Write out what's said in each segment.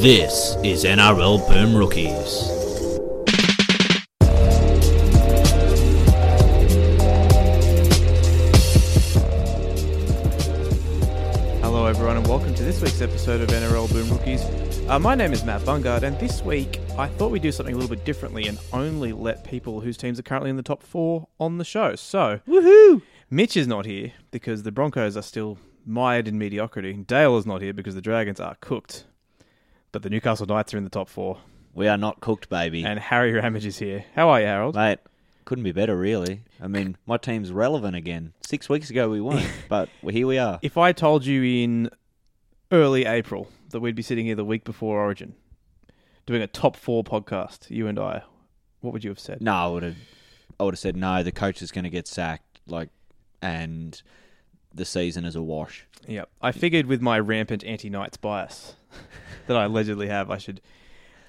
This is NRL Boom Rookies. Hello, everyone, and welcome to this week's episode of NRL Boom Rookies. Uh, my name is Matt Bungard, and this week I thought we'd do something a little bit differently and only let people whose teams are currently in the top four on the show. So, woohoo! Mitch is not here because the Broncos are still mired in mediocrity. Dale is not here because the Dragons are cooked, but the Newcastle Knights are in the top four. We are not cooked, baby. And Harry Ramage is here. How are you, Harold? Mate, couldn't be better, really. I mean, my team's relevant again. Six weeks ago we weren't, but here we are. If I told you in early April that we'd be sitting here the week before Origin doing a top four podcast, you and I, what would you have said? No, I would have, I would have said no. The coach is going to get sacked, like, and the season is a wash. Yeah, I figured with my rampant anti Knights bias that I allegedly have, I should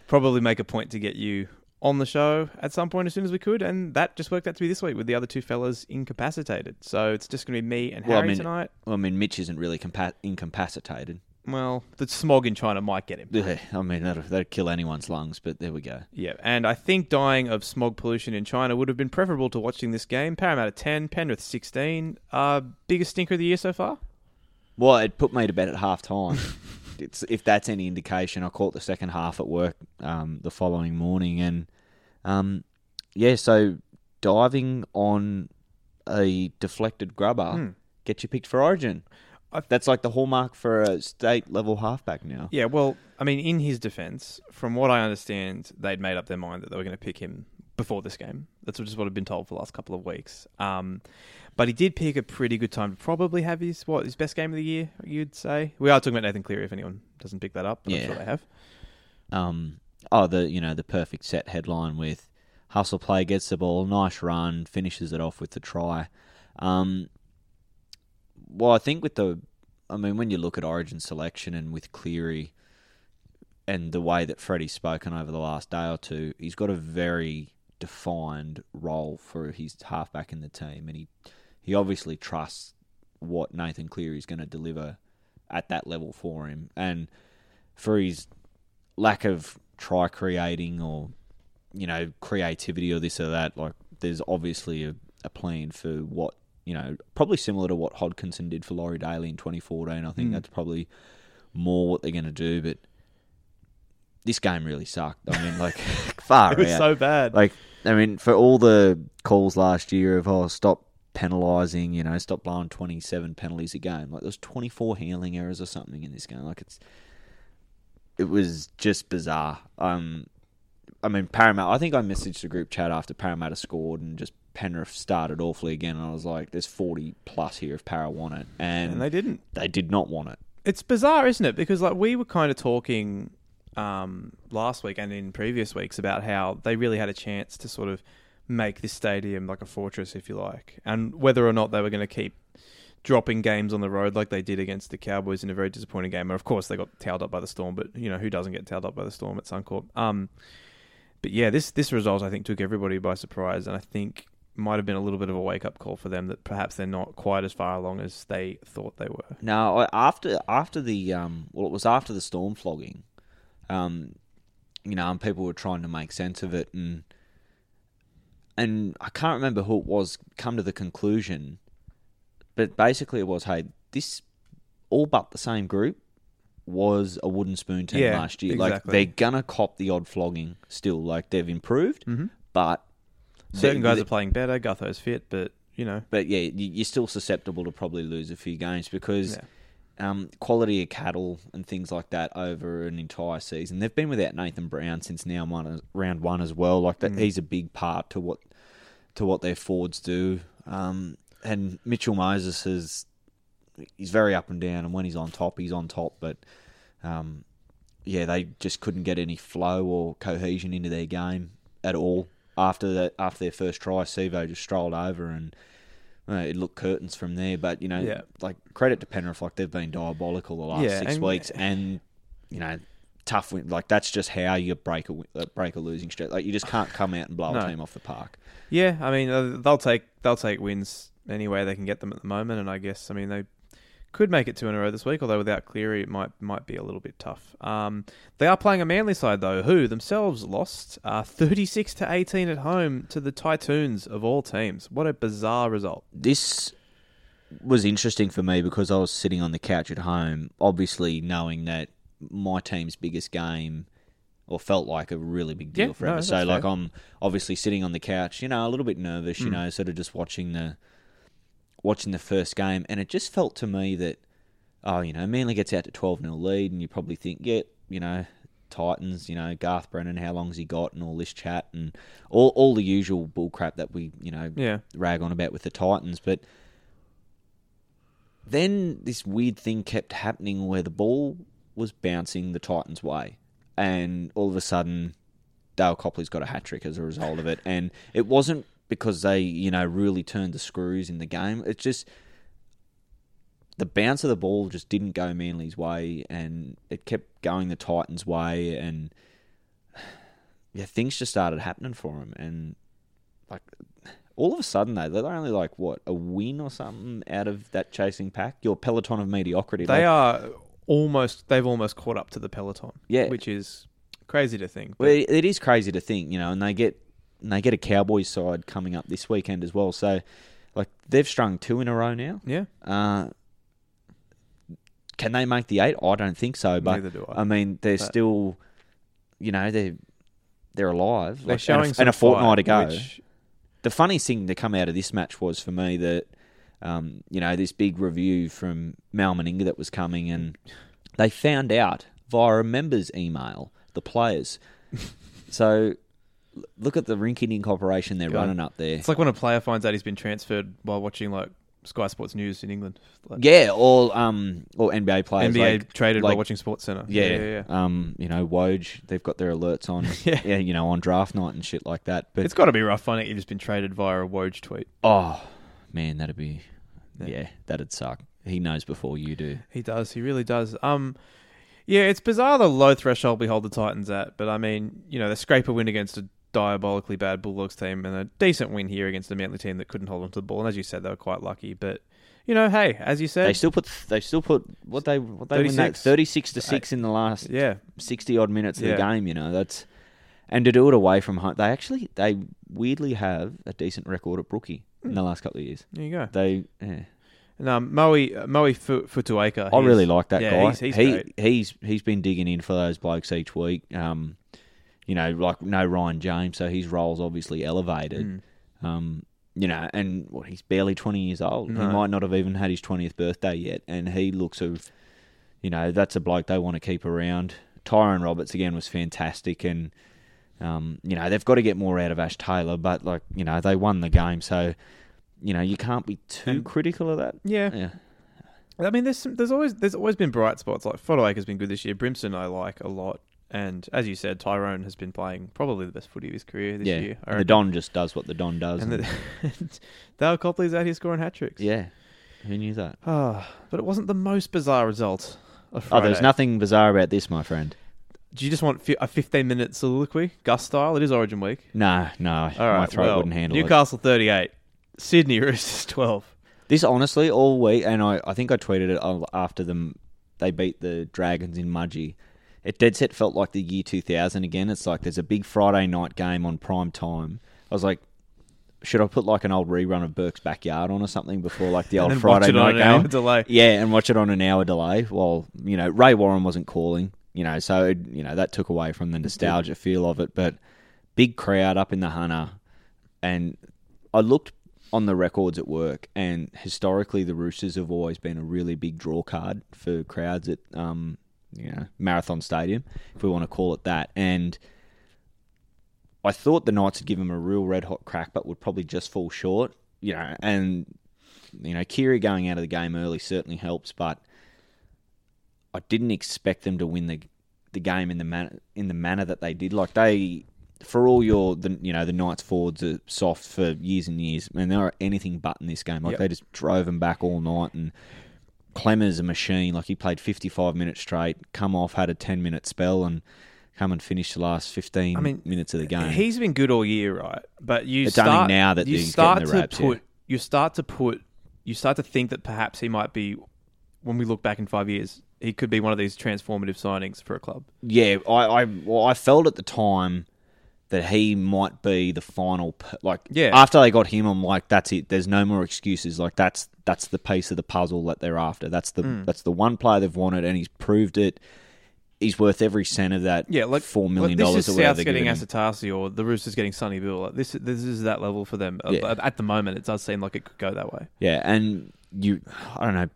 probably make a point to get you on the show at some point as soon as we could, and that just worked out to be this week with the other two fellas incapacitated. So it's just going to be me and Well, I Harry mean- tonight. Well, I mean, Mitch isn't really compa- incapacitated. Well, the smog in China might get him. Ugh, I mean, that'd, that'd kill anyone's lungs, but there we go. Yeah, and I think dying of smog pollution in China would have been preferable to watching this game. Parramatta 10, Penrith 16. Uh, biggest stinker of the year so far? Well, it put me to bed at half time. it's, if that's any indication, I caught the second half at work um, the following morning. And um, yeah, so diving on a deflected grubber gets you picked for Origin. I've- that's like the hallmark for a state level halfback now. Yeah, well, I mean, in his defense, from what I understand, they'd made up their mind that they were going to pick him before this game. That's just what I've been told for the last couple of weeks. Um, but he did pick a pretty good time to probably have his, what, his best game of the year, you'd say? We are talking about Nathan Cleary if anyone doesn't pick that up, but I'm Yeah. sure they have. Um, oh, the you know the perfect set headline with hustle play gets the ball, nice run, finishes it off with the try. Um, well, I think with the, I mean, when you look at Origin selection and with Cleary, and the way that Freddie's spoken over the last day or two, he's got a very defined role for his halfback in the team, and he he obviously trusts what Nathan Cleary is going to deliver at that level for him, and for his lack of try creating or you know creativity or this or that like there's obviously a, a plan for what you know probably similar to what Hodkinson did for Laurie Daly in 2014 I think Hmm. that's probably more what they're going to do but this game really sucked I mean like far It was out so bad. like I mean, for all the calls last year of oh stop penalising, you know, stop blowing twenty seven penalties a game. Like there's twenty four handling errors or something in this game. Like it's it was just bizarre. Um I mean Paramount I think I messaged the group chat after Parramatta scored and just Penrith started awfully again and I was like, There's forty plus here if Para want it and, and they they, didn't. did not want it. it's bizarre, isn't it? Because like we were kind of talking um, last week and in previous weeks about how they really had a chance to sort of make this stadium like a fortress, if you like, and whether or not they were going to keep dropping games on the road like they did against the Cowboys in a very disappointing game. And of course, they got towed up by the storm, but you know who doesn't get towed up by the storm at Suncorp? Um, but yeah, this this result I think took everybody by surprise, and I think might have been a little bit of a wake up call for them that perhaps they're not quite as far along as they thought they were. No, I- after after the um, well, it was after the storm flogging, um, you know, and people were trying to make sense of it, and and I can't remember who it was come to the conclusion, but basically it was, hey, this all but the same group was a wooden spoon team Yeah, last year. Like exactly. they're gonna cop the odd flogging still. Like they've improved, but Mm-hmm. Certain they- guys are playing better. Gutho's fit, but you know, but yeah, you- you're still susceptible to probably lose a few games because Yeah. um, quality of cattle and things like that over an entire season. They've been without Nathan Brown since now one, round one as well. Like that, he's a big part to what to what their forwards do. Um, and Mitchell Moses is he's very up and down, and when he's on top, he's on top. But um, yeah, they just couldn't get any flow or cohesion into their game at all. After that, after their first try, Sevo just strolled over and uh, it looked curtains from there. But you know, Yeah. like credit to Penrith, like they've been diabolical the last Yeah, six and- weeks, and you know, tough win. Like that's just how you break a win- uh, break a losing streak. Like you just can't come out and blow No. a team off the park. yeah. I mean, uh, they'll take they'll take wins any way they can get them at the moment, and I guess I mean they could make it two in a row this week, although without Cleary, it might might be a little bit tough. Um, they are playing a Manly side though, who themselves lost uh, thirty six to eighteen at home to the Titans of all teams. What a bizarre result! This was interesting for me because I was sitting on the couch at home, obviously knowing that my team's biggest game or felt like a really big deal Yeah, forever. no, so that's like fair. Hmm. I'm obviously sitting on the couch, you know, a little bit nervous, you know, sort of just watching the watching the first game and it just felt to me that oh, you know, Manly gets out to 12 0 lead and you probably think, yeah, you know, Titans, you know, Garth Brennan, how long's he got and all this chat and all all the usual bull crap that we, you know, Yeah, rag on about with the Titans, but then this weird thing kept happening where the ball was bouncing the Titans' way, and all of a sudden, Dale Copley's got a hat trick as a result of it, and it wasn't because they, you know, really turned the screws in the game. It's just the bounce of the ball just didn't go Manly's way, and it kept going the Titans' way, and yeah, things just started happening for them, and like all of a sudden though, they're only like what a win or something out of that chasing pack. Your peloton of mediocrity. they are almost they've almost caught up to the peloton. Yeah. which is crazy to think. Well, it, it is crazy to think, you know, and they get and they get a Cowboys side coming up this weekend as well. So, like they've strung two in a row now. yeah, Uh, can they make the eight? I don't think so. But um, Neither do I. I mean, they're But- still, you know, they're they're alive. they're like, showing and a, some and a fortnight ago. fight, which- the funniest thing to come out of this match was for me that um, you know this big review from Mal Meninga that was coming, and they found out via a members' email the players. so l- look at the rinky-dink operation they're God. running up there. it's like when a player finds out he's been transferred while watching like Sky Sports News in England. Like, Yeah, or um, or NBA players. NBA like- traded like- while watching Sports Center. Yeah, yeah, yeah. Um, you know, Woj, they've got their alerts on. Yeah. you know, on draft night and shit like that. But It's got to be rough finding you've just been traded via a Woj tweet. oh man, that'd be Yeah. yeah, that'd suck. He knows before you do. He does. He really does. Um, yeah, it's bizarre the low threshold we hold the Titans at, but I mean, you know, they scrape a win against a diabolically bad Bulldogs team and a decent win here against a Manly team that couldn't hold onto the ball. And as you said, they were quite lucky. But you know, hey, as you said, They still put they still put what they what they win that 36. thirty six to six in the last Uh, yeah, sixty odd minutes of Yeah. the game. You know that's and to do it away from home. They actually they weirdly have a decent record at Brookie in the Hmm. last couple of years. there you go. They yeah. And um, Moe uh, Moe Fu- Futuaka. I Oh, he's- really like that yeah, guy. He's, he's he great. he's he's been digging in for those blokes each week. Um, you know, like no Ryan James, so his role's obviously elevated. Mm. Um, you know, and well, he's barely 20 years old. He No. might not have even had his 20th birthday yet. And he looks a, you know, that's a bloke they want to keep around. Tyron Roberts, again, was fantastic. And, um, you know, they've got to get more out of Ash Taylor, but, like, you know, they won the game. So, you know, you can't be too And- critical of that. Yeah, Yeah. I mean, there's some, there's always there's always been bright spots. Like Fodoak has been good this year. Brimson I like a lot, and as you said, Tyrone has been playing probably the best footy of his career this yeah. year. I And the reckon. Don just does what the Don does. and and- the, Dale Copley's out here scoring hat tricks. yeah. Who knew that? Ah, but it wasn't the most bizarre result. Of Oh, there's Friday. nothing bizarre about this, my friend. Do you just want fi- a 15 minute soliloquy, Gus style? It is Origin week. No, no, All right, my throat well, wouldn't handle it. Newcastle 38, Sydney Roosters 12. This honestly all week, and I, I think I tweeted it al- after them. They beat the Dragons in Mudgee. It dead set felt like the year 2000 again. It's like there's a big Friday night game on prime time. I was like, should I put like an old rerun of Burke's Backyard on or something before like the And old then watch Friday it on night an hour game? delay. Yeah, and watch it on an hour delay. Well, you know, Ray Warren wasn't calling, you know, so it, you know that took away from the nostalgia feel of it. But big crowd up in the Hunter, and I looked on the records at work, and historically the Roosters have always been a really big draw card for crowds at um, you know Marathon Stadium, if we want to call it that, and. I thought the Knights would give him a real red hot crack, but would probably just fall short. You know, and you know, Kiri going out of the game early certainly helps, but I didn't expect them to win the the game in the man in the manner that they did. Like they, for all your the you know the Knights forwards are soft for years and years, and they are anything but in this game. Like Yep. they just drove them back all night and. Clemmer's a machine. Like he played 55 minutes straight, come off, had a 10 minute spell, and come and finished the last 15 I mean, minutes of the game. He's been good all year, right? But you It's only start now that you he's start getting the to raps, yeah. put you start to put you start to think that perhaps he might be when we look back in five years, he could be one of these transformative signings for a club. Yeah, I, I well, I felt at the time that he might be the final. p- Like, Yeah. after they got him, I'm like, that's it. There's no more excuses. Like, that's that's the piece of the puzzle that they're after. That's the Hmm. that's the one player they've wanted, and he's proved it. He's worth every cent of that. Yeah, like four million like, dollars. This or is whatever South's they're getting giving him. Asatasi or the Roosters getting Sonny Bill. Like this, this is that level for them Uh, Yeah. at the moment. It does seem like it could go that way. Yeah, and you, I don't know,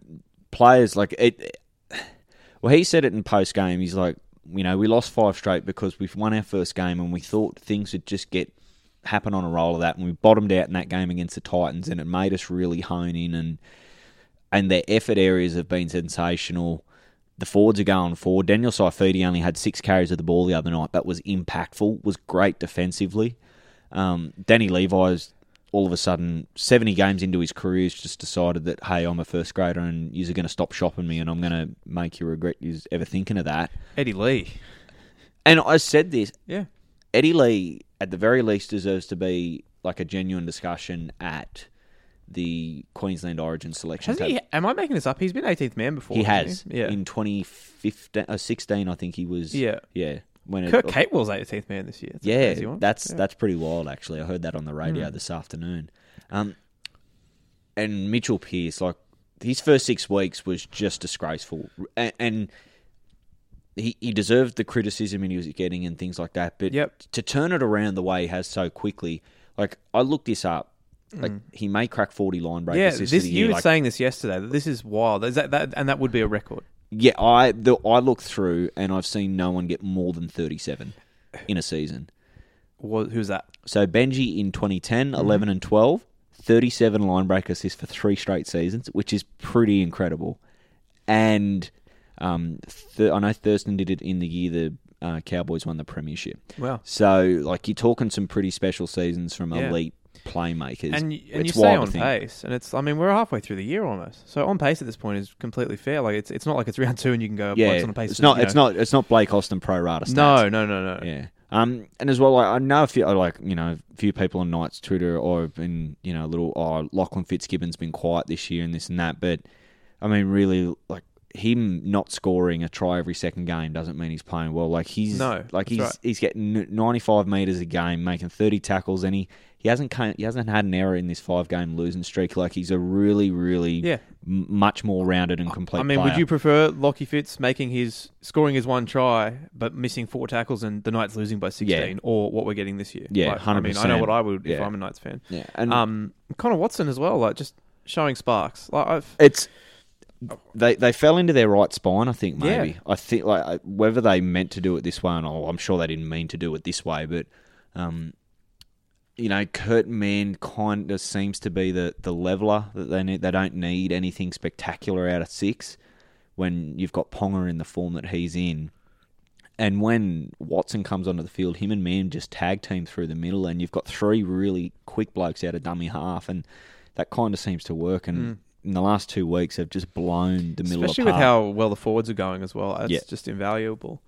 players like it. Well, he said it in post game. He's like, you know, we lost five straight because we've won our first game and we thought things would just get happen on a roll of that, and we bottomed out in that game against the Titans, and it made us really hone in and and their effort areas have been sensational. The forwards are going forward. Daniel Saifidi only had six carries of the ball the other night, but was impactful. Was great defensively. Um, Danny Levi's all of a sudden 70 games into his career has just decided that hey I'm a first grader and you're going to stop shopping me and I'm going to make you regret you ever thinking of that Eddie Lee, and I said this yeah, Eddie Lee at the very least deserves to be like a genuine discussion at the Queensland Origin selection has table. he? Am I making this up? He's been 18th man before. He has hasn't he? Yeah. in 2015 uh, 16 I think he was Yeah. yeah when it, Kirk Catewell's 18th man this year. It's a yeah, crazy one. that's that's pretty wild. Actually, I heard that on the Hmm. radio this afternoon. Um, and Mitchell Pearce, like his first six weeks was just disgraceful, and, and he he deserved the criticism and he was getting and things like that. But Yep. to turn it around the way he has so quickly, like I looked this up, like he may crack forty line breakers Hmm. yeah. this, This year. you were like- saying this yesterday that this is wild. Is that, that and that would be a record. yeah, I the, I looked through and I've seen no one get more than thirty seven in a season. Wha- Who's that? So Benji in 2010, Mm-hmm. 11 and 12, 37 line break assists for three straight seasons, which is pretty incredible. And um, th- I know Thurston did it in the year the uh, Cowboys won the premiership. Wow. So like you're talking some pretty special seasons from Yeah. elite playmakers. And, y- and you It's say wild to on think. pace, and it's I mean we're halfway through the year almost, so on pace at this point is completely fair. Like it's it's not like it's round two and you can go Yeah, "Well, it's on pace. it's not. you It's know." not. It's not Blake Austin pro rata. Stats. No, no, no, no. Yeah. Um, and as well, like, I know a few, like you know, a few people on Knights Twitter or have been, you know, a little, oh, Lachlan Fitzgibbon's been quiet this year and this and that. But I mean, really, like him not scoring a try every second game doesn't mean he's playing well. Like he's No, like that's he's right. he's getting 95 meters a game, making 30 tackles, and he he hasn't ca- he hasn't had an error in this five game losing streak. Like he's a really, really Yeah. m- much more rounded and complete. I mean, would player. you prefer Lockie Fitz making his scoring his one try but missing four tackles and the Knights losing by sixteen, or what we're getting this year? Yeah, Like, I mean, I know 100%. what I would if Yeah. I'm a Knights fan. Yeah, and Um, Connor Watson as well, like just showing sparks. Like I've It's they they fell into their right spine. I think Yeah. maybe I think like I- whether they meant to do it this way or not, I'm sure they didn't mean to do it this way. But um, you know, Kurt Mann kind of seems to be the the leveler that they need. They don't need anything spectacular out of six when you've got Ponga in the form that he's in. And when Watson comes onto the field, him and Mann just tag team through the middle, and you've got three really quick blokes out of dummy half, and that kind of seems to work. And in the last two weeks, they've just blown the middle Mm. especially with apart. how well the forwards are going as well. It's Yeah. just invaluable.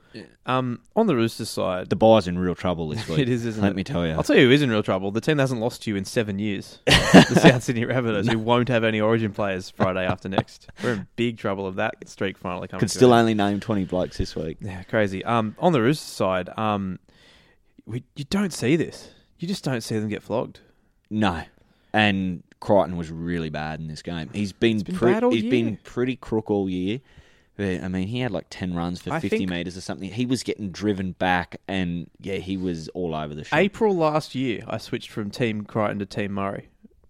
Um, on the Roosters side, the buyer's in real trouble this week. It is, isn't Let it? me tell you. I'll tell you who is in real trouble. The team that hasn't lost to you in seven years. the South Sydney Rabbitohs, who won't have any Origin players Friday after next. We're in big trouble of that streak finally coming. Could to still an only name twenty blokes this week. end. yeah, crazy. Um, on the Roosters side, um, we you don't see this. You just don't see them get flogged. No, and Crichton was really bad in this game. He's been, been pre- bad all he's year. been pretty crook all year. But, I mean, he had like ten runs for I fifty think- meters or something. He was getting driven back, and yeah, he was all over the shop. April last year, I switched from Team Crichton to Team Murray.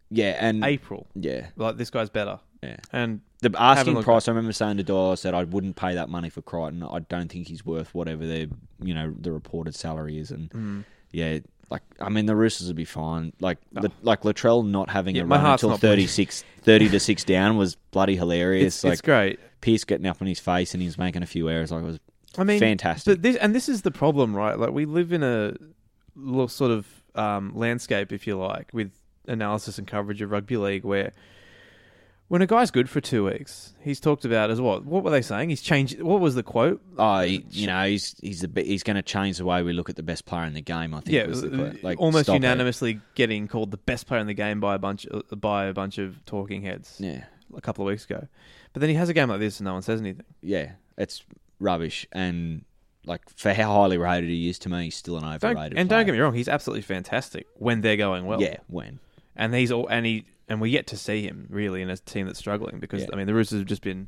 yeah, and April, yeah, like this guy's better. Yeah. and the Have a asking look. price. I remember saying to Dyer, I said I wouldn't pay that money for Crichton. I don't think he's worth whatever their you know the reported salary is, and Mm. yeah. Like I mean, the Roosters would be fine. Like, Le- like Latrell not having Oh. Yeah, a my run heart's until not bleeding. 36, 30 to six down was bloody hilarious. it's, like, it's great. Pierce getting up on his face and he was making a few errors. Like it was I mean, fantastic. But this, and this is the problem, right? Like we live in a little sort of um, landscape, if you like, with analysis and coverage of rugby league, where when a guy's good for two weeks, he's talked about as what? What were they saying? He's changed. What was the quote? oh, he- you know, he's he's the be- he's going to change the way we look at the best player in the game. I think. Yeah, was the uh, quote. like almost stop it. unanimously getting called the best player in the game by a bunch uh, by a bunch of talking heads. Yeah, a couple of weeks ago. But then he has a game like this and no one says anything. yeah, it's rubbish. And like for how highly rated he is to me, he's still an Don't, overrated. and don't get player. me wrong, he's absolutely fantastic when they're going well. yeah, when and he's all and he and we yet to see him really in a team that's struggling because Yeah. I mean the Roosters have just been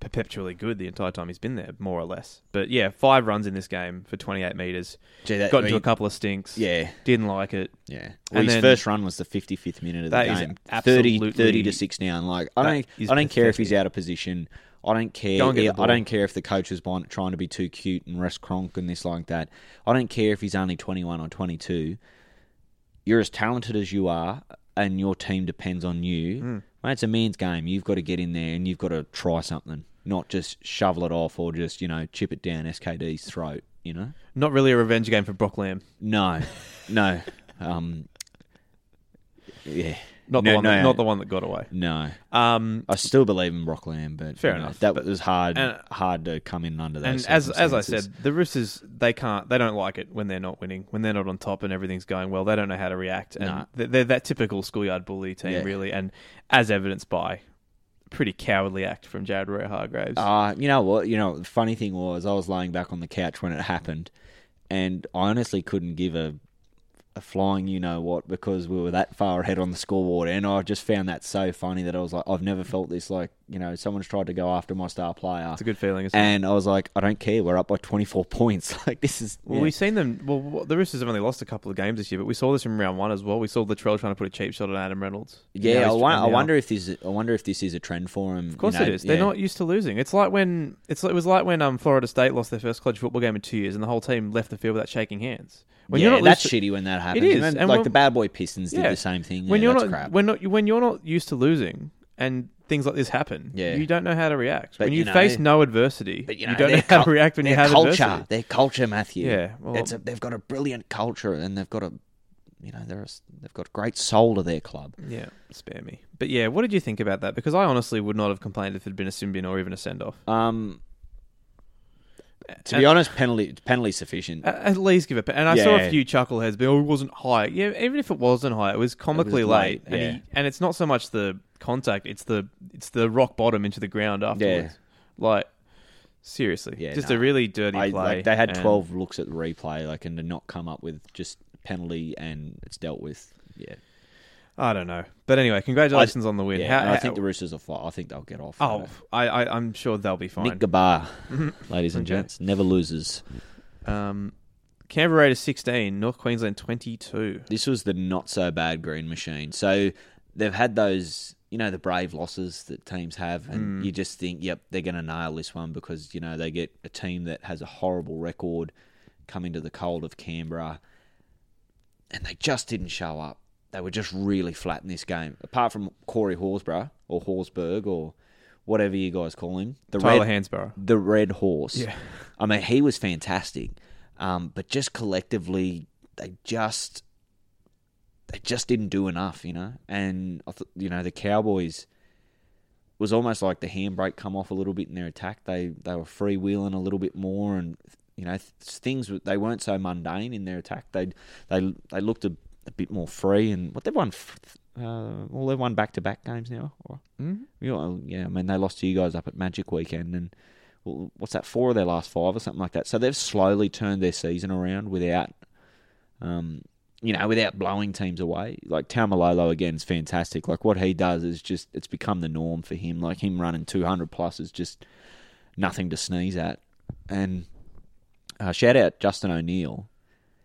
perpetually good the entire time he's been there, more or less. But yeah, five runs in this game for 28 meters. Gee, that- Got into he- a couple of stinks. Uh, Yeah, didn't like it. yeah. And Well, his then- first run was the 55th minute of the That is game. absolutely- 30, 30 to six now. And like I That don't, is I don't care if pathetic. he's out of position. I don't care. Go and get the I ball. don't care if the coach is bon- trying to be too cute and rest cronk and this like that. I don't care if he's only 21 or 22. You're as talented as you are, and your team depends on you. Hmm. Mate, it's a man's game. You've got to get in there and you've got to try something, not just shovel it off or just you know chip it down SKD's throat. You know. Not really a revenge game for Brock Lamb. No, no. Um, yeah, Not the No, one. no, that, not the one that got away. no. Um, I still believe in Brock Lamb, but Fair you know, enough, that was hard. and- hard to come in under those. and as as I circumstances. said, the Roosters they can't they don't like it when they're not winning, when they're not on top and everything's going well. They don't know how to react, and Nah. they're, they're that typical schoolyard bully team Yeah. really. And as evidenced by a pretty cowardly act from Jared Rowe Hargraves. Uh, you know what? You know, the funny thing was, I was laying back on the couch when it happened, and I honestly couldn't give a a flying you know what because we were that far ahead on the scoreboard, and I just found that so funny that I was like, I've never felt this like you know someone's tried to go after my star player. it's a good feeling. Isn't it? And I was like, I don't care. We're up by 24 points. Like this is Well, yeah. we've seen them. Well, w- the Roosters have only lost a couple of games this year, but we saw this in round one as well. We saw Latrell trying to put a cheap shot on Adam Reynolds. Yeah, Now I, he's- won- I now- wonder if this. I wonder if this is a trend for him. Of course it is. They're not used to losing. It's like when it's it was like when um, Florida State lost their first college football game in two years, and the whole team left the field without shaking hands. When you're not that's used to- shitty when that happens. is, And then, and like when- the bad boy Pistons Yeah. did the same thing. when yeah, you're that's not crap. when not when you're not used to losing and things like this happen, Yeah. you don't know how to react. But when you, you know- face no adversity, But, you, you, know, don't know their how to cul- react when you their have culture. adversity. Their culture, Matthew. Yeah, well- it's a, they've got a brilliant culture, and they've got a, you know, they're a, they've got great soul to their club. Yeah, spare me. But yeah, what did you think about that? Because I honestly would not have complained if it had been a Symbian or even a send off. Um, to be honest, penalty penalty sufficient. At at least give it. And I saw a Yeah. few chuckleheads be, oh, it wasn't high. Yeah, even if it wasn't high, it was comically late, late. and, yeah. he, and it's not so much the contact; it's the it's the rock bottom into the ground afterwards. Like seriously, Yeah, just no. a really dirty I, play. like they had and- 12 looks at the replay, like, and to not come up with just penalty and it's dealt with. Yeah, I don't know, but anyway, congratulations on the win. yeah. How- and I how- think the Roosters will fly. I think they'll get off. oh, I, I I'm sure they'll be fine. Mm-hmm. Nick Gabar, ladies and Okay. gents, never loses. um, Canberra Raiders 16, North Queensland 22. This was the not so bad green machine. So they've had those, you know, the brave losses that teams have, Mm. and you just think, yep, they're going to nail this one because you know they get a team that has a horrible record come into the cold of Canberra, and they just didn't show up. They were just really flat in this game. Apart from Corey Horsburgh or Horsburgh or whatever you guys call him, the Tyler red, Hansborough. the red horse. Yeah. I mean, he was fantastic, um, but just collectively, they just they just didn't do enough, you know. And I th- you know, the Cowboys was almost like the handbrake come off a little bit in their attack. They they were freewheeling a little bit more, and you know, th- things were- they weren't so mundane in their attack. They they they looked a, a bit more free, and what they've won. f- Uh, well, they've won back to back games now. Or, you know, yeah, I mean, they lost to you guys up at Magic Weekend, and well, what's that, four of their last five or something like that. So they've slowly turned their season around without, um, you know, without blowing teams away. Like Taumalolo again is fantastic. Like what he does is just, it's become the norm for him. Like him running 200 plus is just nothing to sneeze at. And uh, shout out Justin O'Neill.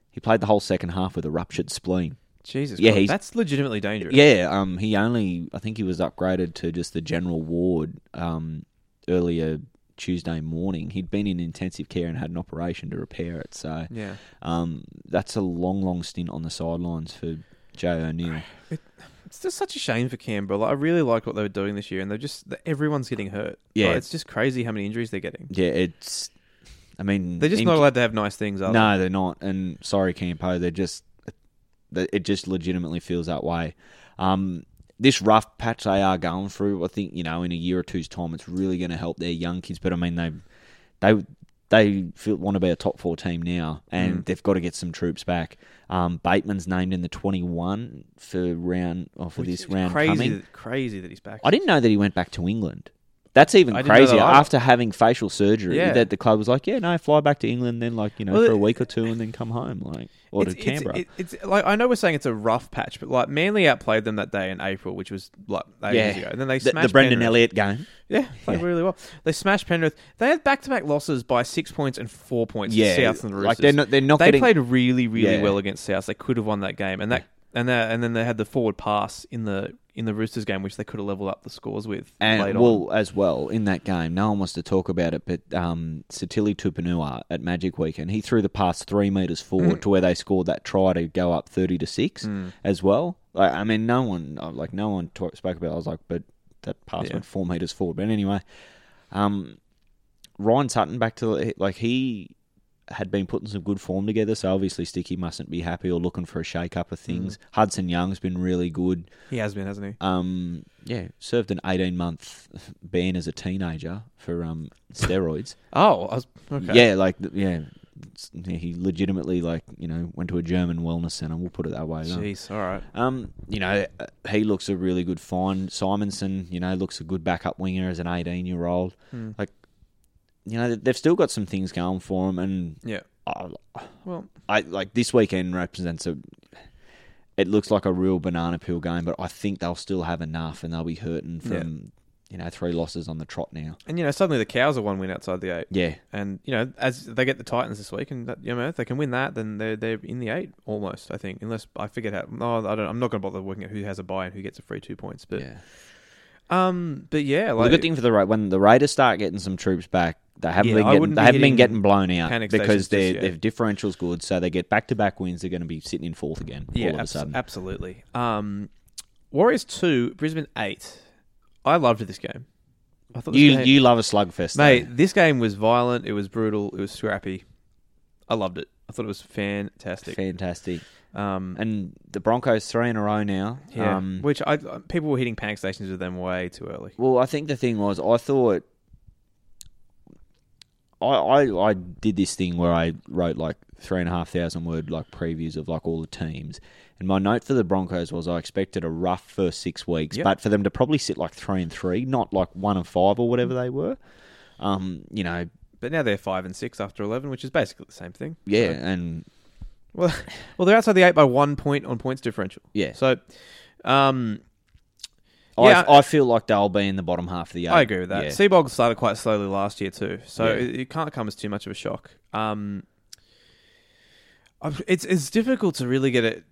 He played the whole second half with a ruptured spleen. Jesus, Yeah, Christ, he's- that's legitimately dangerous. Yeah, um, he only I think he was upgraded to just the general ward um, earlier Tuesday morning. He'd been in intensive care and had an operation to repair it. So yeah. um, that's a long, long stint on the sidelines for Joe O'Neill. It's just such a shame for Canberra. Like, I really liked what they were doing this year, and they're just th- everyone's getting hurt. Yeah. Like, it's just crazy how many injuries they're getting. Yeah, it's. I mean, They're just in- not allowed to have nice things. Are No, they're not. And sorry, Campo, they're just that- it just legitimately feels that way. Um, this rough patch they are going through, I think you know, in a year or two's time, it's really going to help their young kids. But I mean, they they they feel, want to be a top four team now, and Mm. they've got to get some troops back. Um, Bateman's named in the twenty one for round or for Which this is round crazy, coming. That, crazy that he's back. I didn't know that he went back to England. That's even I didn't know that crazier. either. After having facial surgery, Yeah. that the club was like, "Yeah, no, fly back to England, then like you know Well, for a it- week or two, and then come home, like or to It's- it's- Canberra." it- It's, like I know we're saying it's a rough patch, but like Manly outplayed them that day in April, which was like ages yeah, ago, and then they the, smashed the Brendan Penrith. Elliott game. Yeah, played really well. They smashed Penrith. They had back-to-back losses by six points and four points. Yeah, to South and the Roosters. like they're not they're not they getting played really, really Yeah. well against South. They could have won that game, and that and that, and then they had the forward pass in the in the Roosters game, which they could have leveled up the scores with. and later well as well in that game. No one wants to talk about it, but um, Satili Tupanua at Magic Weekend, he threw the pass three meters Mm. forward to where they scored that try to go up thirty to six Hmm. as well. Like, I mean, no one uh, like no one talk, spoke about. it. I was like, but that pass Yeah. went four meters forward. But anyway, um, Ryan Sutton back to the- like he had been putting some good form together, so obviously Sticky mustn't be happy or looking for a shake up of Mm. things. Hudson Young's been really good on. he has been, hasn't he? um, yeah, served an 18 month ban as a teenager for um, steroids. Oh, I was, okay. Yeah, like, th- yeah. It's- yeah, He legitimately, like, you know, went to a German wellness center. We'll put it that way. though. Jeez, all right. Um, you know, uh, he looks a really good find. Simonson, you know, looks a good backup winger as an 18 year old. Hmm. Like, you know, they've still got some things going for him. And Yeah. I, Well, I like this weekend represents a. It looks like a real banana peel game, but I think they'll still have enough, and they'll be hurting from you know three losses on the trot now. and you know, suddenly the cows are one win outside the eight. Yeah, And you know, as they get the Titans this week, and that, you know if they can win that, then they're they're in the eight almost. I think, unless I forget how. No, I don't. I'm not going to bother working out who has a buy and who gets a free two points. But yeah. um, but yeah, like Well, the good thing for the Ra- when the Raiders start getting some troops back, they haven't Yeah, been I getting, wouldn't they be haven't been hitting getting blown out panic because stations just their yet. their differential's good, so they get back to back wins. They're going to be sitting in fourth again yeah, all of a abs- sudden. absolutely. Um, Warriors two, Brisbane eight. I loved this game. I thought this you game, you love a slugfest, though. mate, this game was violent. It was brutal. It was scrappy. I loved it. I thought it was fantastic. Fantastic, Um, and the Broncos three in a row now. yeah, Um, which I people were hitting panic stations with them way too early. Well, I think the thing was, I thought I, I I did this thing where I wrote like three and a half thousand word like previews of like all the teams, and my note for the Broncos was I expected a rough first six weeks, Yep. but for them to probably sit like three and three, not like one and five or whatever they were. Um, you know, But now they're five and six after eleven, which is basically the same thing. yeah, and Well, well, they're outside the eight by one point on points differential. yeah, So, um, Yeah. I I feel like they'll be in the bottom half of the. Eight. I agree with that. Yeah. Seabog started quite slowly last year too, so Yeah. it, it can't come as too much of a shock. Um, I've- it's it's difficult to really get it.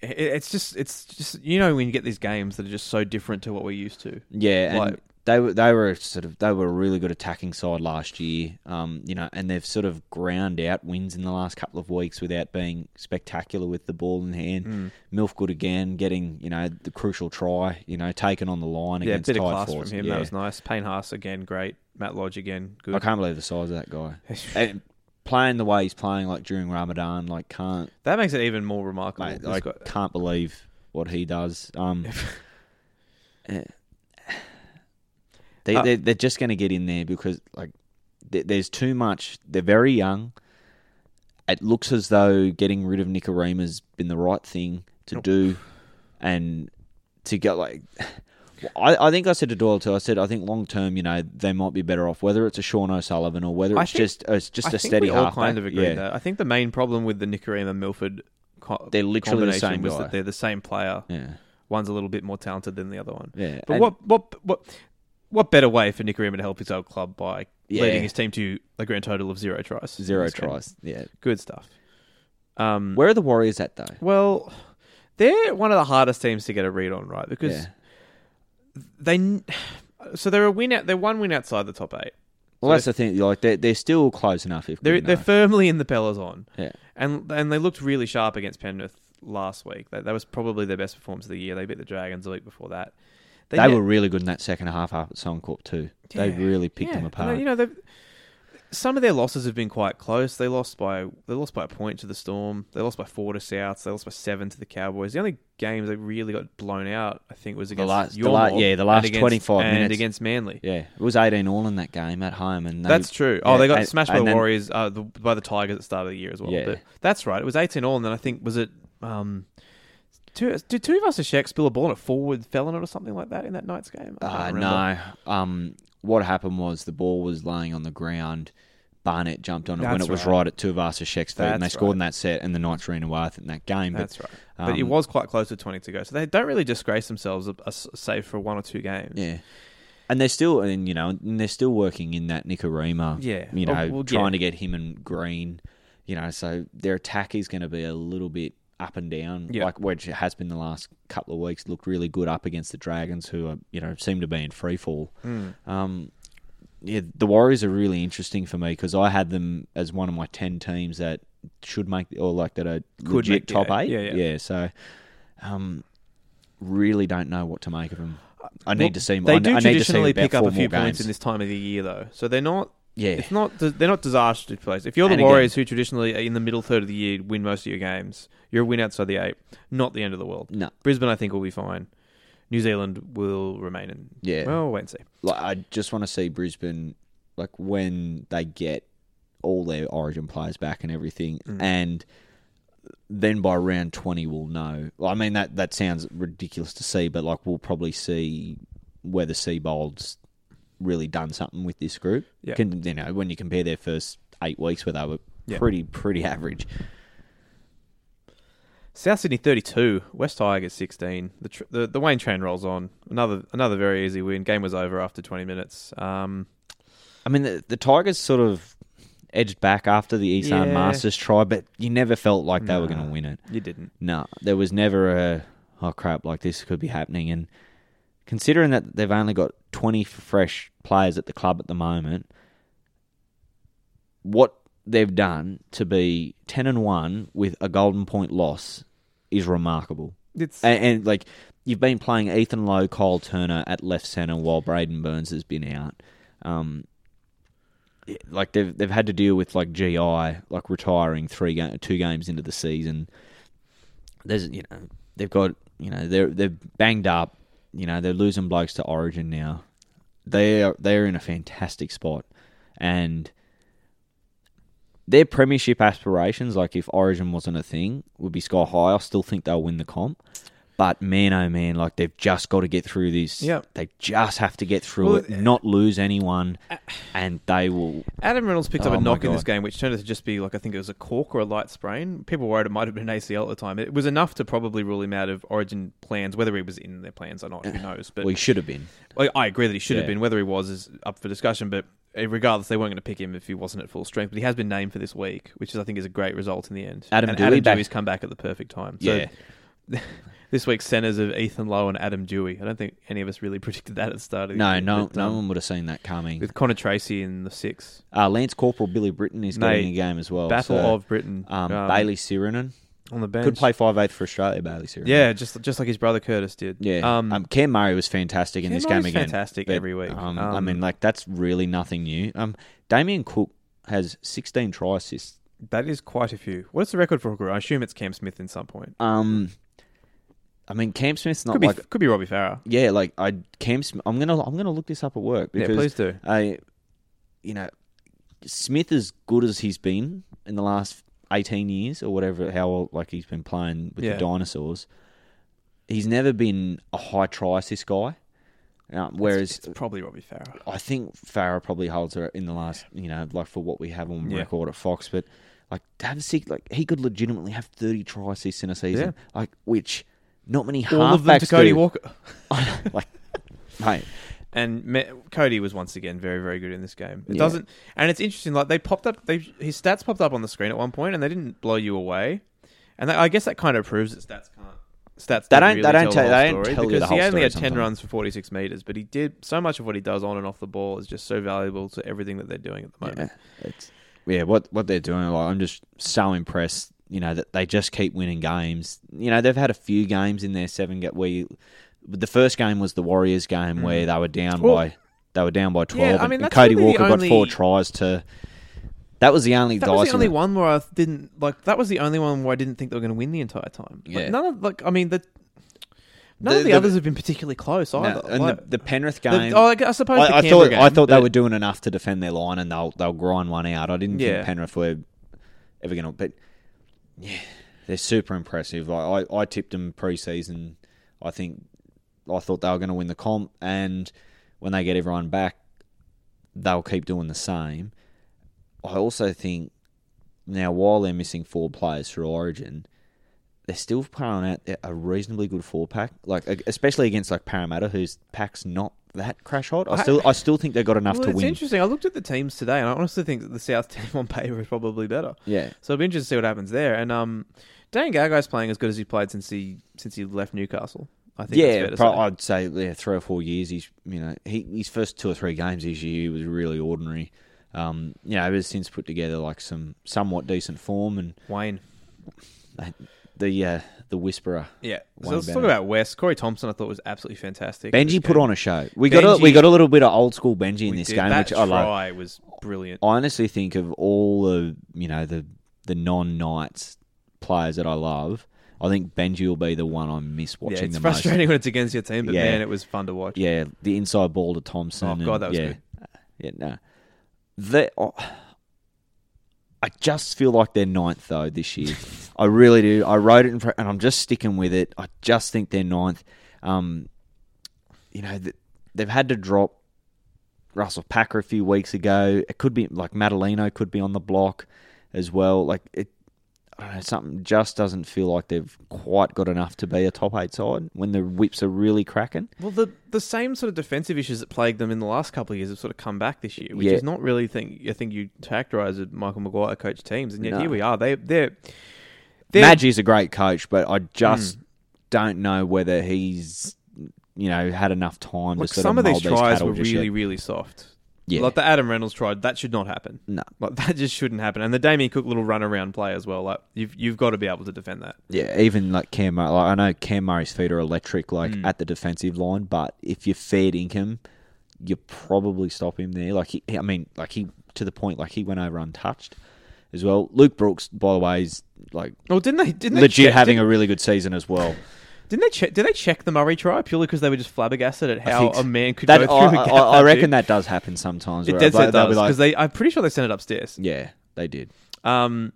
it- It's just it's just you know when you get these games that are just so different to what we're used to. Yeah, and Like- they were they were sort of they were a really good attacking side last year. Um, you know, and they've sort of ground out wins in the last couple of weeks without being spectacular with the ball in hand. Hmm. Milfgood again getting you know the crucial try. You know, taken on the line Yeah, a against bit of Tide class Force. from him. Yeah. That was nice. Payne Haas again, great. Matt Lodge again, good. I can't believe the size of that guy. and playing the way he's playing, like during Ramadan, like can't That makes it even more remarkable. mate, This like guy- can't believe what he does. Um, eh, they Uh, they're, they're just going to get in there because like th- there's too much. They're very young. It looks as though getting rid of Nicorima's been the right thing to do, and to get like. I, I think I said to Doyle too. I said I think long term, you know, they might be better off whether it's a Sean O'Sullivan or whether I it's think- just uh, it's just a I think steady we all halfback. kind of agree Yeah. that. I think the main problem with the Nicarima Milford co- They're literally the combination same was guy. that they're the same player. Yeah, One's a little bit more talented than the other one. yeah. But And- what what what what better way for Nicarima to help his old club by Yeah. leading his team to a grand total of zero tries? in Zero this game? tries. Yeah. Good stuff. Um, Where are the Warriors at though? well, they're one of the hardest teams to get a read on, right? Because Yeah. they n- so they're a win out. They're one win outside the top eight. Well, that's the thing. Like they're, they're still close enough. If They're good they're enough. firmly in the peloton. yeah, and and they looked really sharp against Penrith last week. That, that was probably their best performance of the year. They beat the Dragons the week before that. they were really good in that second half up at Songcorp too. They Yeah, really picked yeah, them and apart. they- you know, they've- some of their losses have been quite close. They lost by they lost by a point to the Storm. They lost by four to Souths. They lost by seven to the Cowboys. The only games they really got blown out, I think, was against last- the your la- mob yeah, the and last against- 25 and minutes. against Manly. Yeah, it was eighteen all in that game at home, and they, That's true. Oh, yeah, they got and- smashed by and the then- Warriors uh, the, by the Tigers at the start of the year as well. Yeah. But that's right. It was eighteen all, and then I think was it. Um, two, did two of us a Sheck spill a ball and it forward fell on it or something like that in that night's game? I can't Uh, remember. no. Um, what happened was the ball was laying on the ground. Barnett jumped on it when That's it was right. right, at Tuivasa Shek's feet, and they That's scored right. in that set, and the Knights ran away in that game. But That's right. But it um, was quite close to 20 to go. So they don't really disgrace themselves, a- a- save for one or two games. yeah, and they're still, and you know, and they're still working in that Nicarima. Yeah. you know, Oh, well, trying yeah. to get him and Green. You know, so their attack is going to be a little bit up and down, Yeah. like which it has been the last couple of weeks. Looked really good up against the Dragons, who are you know seem to be in free fall. Mm. Um, yeah, the Warriors are really interesting for me because I had them as one of my ten teams that should make or like that are Could legit make the top eight. eight. Yeah, yeah. so um, really don't know what to make of them. I need Well, to see. more. They I, do I need to see traditionally about pick up four a few more points games. in this time of the year, though. So they're not. Yeah, It's not. They're not disastrous place. If you're the And again- Warriors, who traditionally in the middle third of the year win most of your games, you're a win outside the eight. Not the end of the world. no, Brisbane, I think, will be fine. New Zealand will remain in. yeah. Well, we'll wait and see. like I just want to see Brisbane like when they get all their origin players back and everything Mm. and then by round 20 we'll know. Well, I mean that that sounds ridiculous to see but like we'll probably see whether Seabold's really done something with this group. Yeah. Can, you know when you compare their first 8 weeks where they were Yeah. pretty pretty average. South Sydney 32, West Tigers 16. The, tr- the the Wayne train rolls on. Another another very easy win. Game was over after 20 minutes. Um, I mean, the, the Tigers sort of edged back after the Eastern Yeah. Masters try, but you never felt like they were Nah. going to win it. you didn't. No, there was never a oh crap like this could be happening. And considering that they've only got twenty fresh players at the club at the moment, what they've done to be ten and one with a golden point loss is remarkable. It's And, and like you've been playing Ethan Lowe, Kyle Turner at left center while Braden Burns has been out. Um, it- like they've they've had to deal with like GI like retiring three ga- two games into the season. There's you know they've got you know they're they're banged up. You know they're losing blokes to Origin now. They are they're in a fantastic spot, and their premiership aspirations, like if Origin wasn't a thing, would be sky high. I still think they'll win the comp. But man, oh man, like they've just got to get through this. Yep. They just have to get through Well, uh, it, not lose anyone, and they will. Adam Reynolds picked Oh up a my knock in this God. game, which turned out to just be like I think it was a cork or a light sprain. People worried it might have been an ACL at the time. It was enough to probably rule him out of Origin plans, whether he was in their plans or not. Who knows? But We should have been. Well, I agree that he should have Yeah. been. Whether he was is up for discussion, but eh, regardless, they weren't going to pick him if he wasn't at full strength. But he has been named for this week, which is I think is a great result in the end. Adam and Dewey Adam back- Dewey's come back at the perfect time. So Yeah. this week's centers of Ethan Lowe and Adam Dewey. I don't think any of us really predicted that at the start of the No, year, no, but, no um, one would have seen that coming. With Connor Tracy in the six, Uh, Lance Corporal Billy Britton is Mate, getting a game as well. Battle Oh, so, of Britain, um, um, Bailey Sirenen on the bench could play five eighth for Australia. Bailey Sirenen. Yeah, just just like his brother Curtis did. Yeah. Um, Um, Cam Murray was fantastic in Cam this Murray's game again. fantastic every week. Um, I Um, mean, like that's really nothing new. Um, Damien Cook has 16 try assists. that is quite a few. What's the record for hooker? I assume it's Cam Smith in some point. Um, I mean, Cam Smith's not Could be like could be Robbie Farah. yeah, like I Cam Smith. I'm gonna I'm gonna look this up at work Yeah, because please do. I, you know, Smith as good as he's been in the last 18 years or whatever, how old, like he's been playing with Yeah. the dinosaurs. He's never been a high try assist guy. Um, whereas It's probably Robbie Farah. I think Farah probably holds her in the last, you know, like for what we have on Yeah. record at Fox, but like to have six, like he could legitimately have thirty try assists in a season, like which not many halfbacks All of them to Cody do. Walker. like, mate, And me- Cody was once again very, very good in this game. It Yeah. doesn't, and it's interesting. Like they popped up, they his stats popped up on the screen at one point, and they didn't blow you away. And that, I guess that kind of proves that stats can't. Stats They don't, don't- really they don't tell, tell- the whole they don't story tell you the because whole he only story had ten sometimes. runs for forty six meters, but he did so much of what he does on and off the ball is just so valuable to everything that they're doing at the moment. yeah, it's yeah, what what they're doing, like I'm just so impressed. You know that they just keep winning games. You know they've had a few games in their seven get where you, the first game was the Warriors game where they were down Mm. Well- by they were down by twelve. I and- mean, and that's Cody really the Walker got four only- tries to That was the only That was Dyson- the only one where I didn't like. That was the only one where I didn't think they were going to win the entire time. Like, Yeah. none of like I mean the none of The- the, the- others have been particularly close No, either. and Like, the, the Penrith the- game. oh, like, I suppose the I, I Canberra thought game, I thought they but- were doing enough to defend their line, and they'll they'll grind one out. I didn't Yeah. think Penrith were ever going to, but yeah, they're super impressive. I I, I tipped them pre-season. I think I thought they were going to win the comp, and when they get everyone back, they'll keep doing the same. I also think now while they're missing four players for Origin, they're still piling out a reasonably good four pack, like especially against like Parramatta, whose pack's not that crash hot. I I- still I still think they got enough Well, to it's win. interesting. I looked at the teams today, and I honestly think that the South team on paper is probably better. Yeah, So it'll be interesting to see what happens there. And um, Dan Gagai's playing as good as he played since he since he left Newcastle. I think. that's fair yeah. to Pro- say. I'd say yeah, three or four years. He's you know he, his first two or three games this year was really ordinary. Um, you know, but since put together like some somewhat decent form and Wayne. the uh, the whisperer Yeah. So Wayne let's talk Bennett. about West. Corey Thompson, I thought was absolutely fantastic. in Benji this put game. on a show. We got a, we Benji- got a little bit of old school Benji in We this did. game, that which I love. try was brilliant. I honestly think of all the you know the the non Knights players that I love, I think Benji will be the one I miss Yeah, watching it's the frustrating when it's against your team, but Yeah. man, it was fun to watch. most. Yeah, the inside ball to Thompson. Oh, and- God, that was yeah, good. Yeah, no, they. oh, I just feel like they're ninth though this year. I really do. I wrote it in, fr- and I'm just sticking with it. I just think they're ninth. Um, you know, th- they've had to drop Russell Packer a few weeks ago. It could be like Madalino could be on the block as well. Like it, I don't know, something just doesn't feel like they've quite got enough to be a top eight side when the whips are really cracking. Well, the the same sort of defensive issues that plagued them in the last couple of years have sort of come back this year, which Yeah. is not really thing. I think you characterise as Michael Maguire coach teams, and yet No. here we are. They they're, they're Mm. Madge is a great coach, but I just don't know whether he's you know had enough time like to sort some of mold these tries cattle were just yet. really really soft. Yeah. Like the Adam Reynolds try, that should not happen. No. Like that just shouldn't happen. And the Damien Cook little run around play as well. Like you've you've got to be able to defend that. Yeah, even like Cam Murray, like I know Cam Murray's feet are electric, like Mm. at the defensive line, but if you fed Inkham, you probably stop him there. Like he, I mean, like he to the point, like he went over untouched as well. Luke Brooks, by the way, is like Well, didn't they? Didn't they legit check, having a really good season as well. Didn't they check? Did they check the Murray try purely because they were just flabbergasted at how think a man could That go I, through? a I, gap I that reckon big? that does happen sometimes. it where dead set they'll does be like- because they. I'm pretty sure they sent it upstairs. yeah, they did. Um,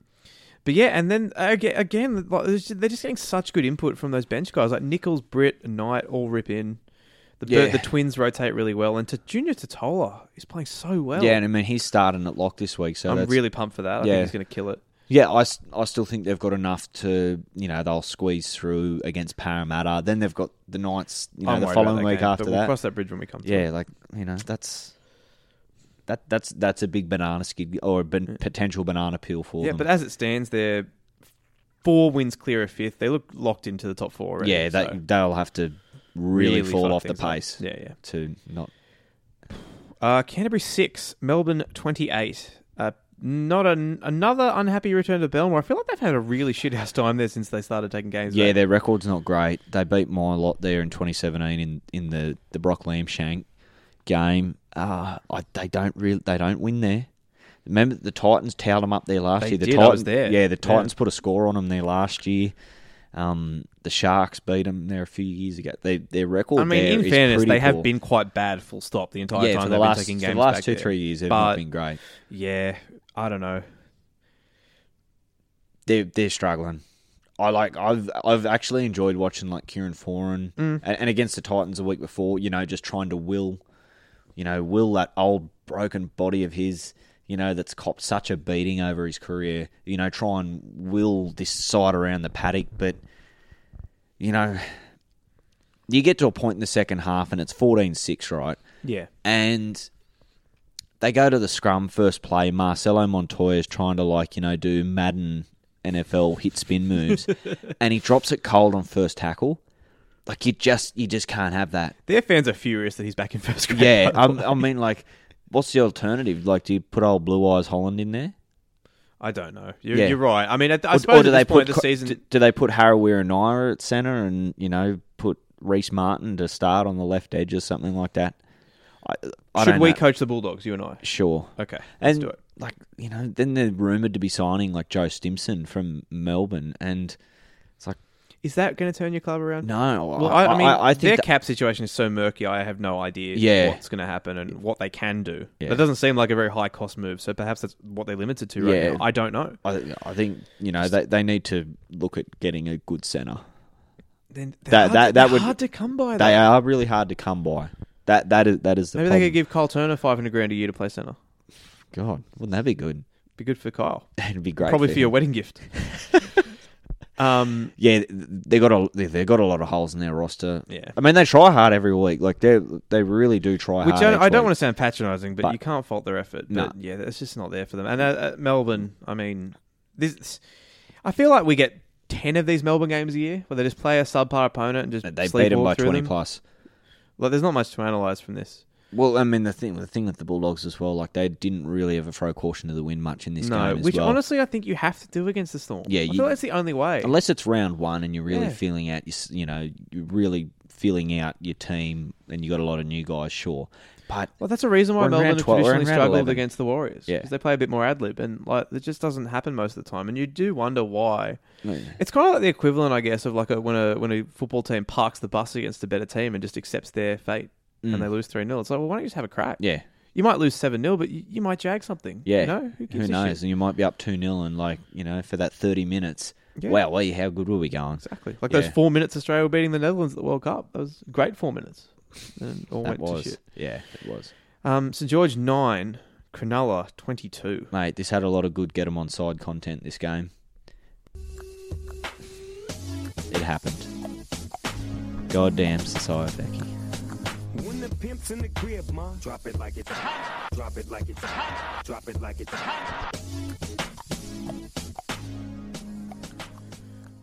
but yeah, and then aga- again, like, there's ju- they're just getting such good input from those bench guys like Nichols, Britt, and Knight all rip in. The Bir- Yeah. the twins rotate really well, and to Junior Totola is playing so well. Yeah, and I mean he's starting at lock this week, so I'm that's, really pumped for that. I Yeah. think he's going to kill it. Yeah, I, s- I still think they've got enough to, you know, they'll squeeze through against Parramatta. Then they've got the Knights, you know, I'm the worried about following that week game, after but we'll that. cross that bridge when we come. to it. yeah, like, you know, that's that that's that's a big banana skid or a ban- potential banana peel for yeah. them. But as it stands, they're four wins clear of fifth. They look locked into the top four. Already, yeah, they, so they'll have to really, fall fuck off the things up. pace Yeah, yeah. to not. Uh, Canterbury six, Melbourne twenty-eight. Uh, not an, another unhappy return to Belmore. I feel like they've had a really shit house time there since they started taking games. Yeah, back. their record's not great. They beat my lot there in 2017 in, in the the Brock Lamb shank game. Uh, I, they don't really they don't win there. Remember the Titans towed them up there last They year. The did, I Titans, was there. Yeah, the Yeah. Titans put a score on them there last year. Um, the Sharks beat them there a few years ago. They, their record. I mean, there in is fairness, pretty they have poor. been quite bad. Full stop. The entire yeah time for the they've last been taking for games. the last back two there. three years. They've But- not been great. Yeah, I don't know. they're they're struggling. I like I've I've actually enjoyed watching like Kieran Foran and, and against the Titans the week before, you know, just trying to will, you know, will that old broken body of his, you know, that's copped such a beating over his career, you know, try and will this side around the paddock, but you know, you get to a point in the second half and it's 14-6, right? Yeah, and they go to the scrum first play. Marcelo Montoya is trying to like you know do Madden NFL hit spin moves, and he drops it cold on first tackle. Like you just you just can't have that. their fans are furious that he's back in first grade. Yeah, by the I'm, way. I mean like, what's the alternative? Like, do you put old Blue Eyes Holland in there? I don't know. You're, Yeah. you're right. I mean, at, I Or- suppose or do at this they put point of Co- the season, Do, do they put Harawira Naira at centre and you know put Reese Martin to start on the left edge or something like that? I, I Should don't we know. coach the Bulldogs, you and I? Sure. Okay, let's And do it. like you know, then they're rumored to be signing like Joe Stimson from Melbourne, and Is that going to turn your club around? no, Well, I, I mean, I, think their that- cap situation is so murky. I have no idea Yeah. what's going to happen and what they can do. Yeah. That doesn't seem like a very high cost move. So perhaps that's what they're limited to right Yeah. now. I don't know. I, I think you know they, they need to look at getting a good center. Then That- that that- hard, that that would- hard to come by. They Though. are really hard to come by. That that is that is the Maybe they problem. could give Kyle Turner five hundred grand a year to play center. God, wouldn't that be good? Be good for Kyle. That'd be great. Probably for for your him. wedding gift. um, Yeah, they got a they they got a lot of holes in their roster. yeah. I mean, they try hard every week. Like they they really do try Which hard. I, I don't want to sound patronising, but, But- you can't fault their effort. No. But yeah, that's just not there for them. And uh, uh, Melbourne, I mean, this, I feel like we get ten of these Melbourne games a year where they just play a subpar opponent and just They sleepwalk beat them by through twenty them. plus. Like, there's not much to analyse from this. Well, I mean the thing the thing with the Bulldogs as well, like they didn't really ever throw caution to the wind much in this no, game as which well. honestly I think you have to do against the Storm. Yeah, I you- feel like that's the only way. Unless it's round one and you're really Yeah. feeling out, your s- you know, you're really feeling out your team, and you got a lot of new guys, sure. But Well, that's a reason We're why in Melbourne round have 12 we're in traditionally round struggled 11. against the Warriors Yeah. because they play a bit more ad lib, and like it just doesn't happen most of the time. And you do wonder why. It's kind of like the equivalent, I guess, of like a, when a when a football team parks the bus against a better team and just accepts their fate, Mm. and they lose three 0 It's like, well, why don't you just have a crack? yeah, You might lose seven 0 but you, you might jag something. Yeah. you know? who, who gives a knows? shit? And you might be up two 0 and like you know, for that thirty minutes, Yeah. wow, well, how good were we going? Exactly, like Yeah. those four minutes Australia were beating the Netherlands at the World Cup. That was great four minutes, and it all That went was to shit. yeah, it was. Um, St George nine, Cronulla twenty two. Mate, this had a lot of good get 'em on side content. This game, it happened. Goddamn society. When the pimp's in the crib, ma, drop it like it's hot. Drop it like it's hot. Drop it like it's hot.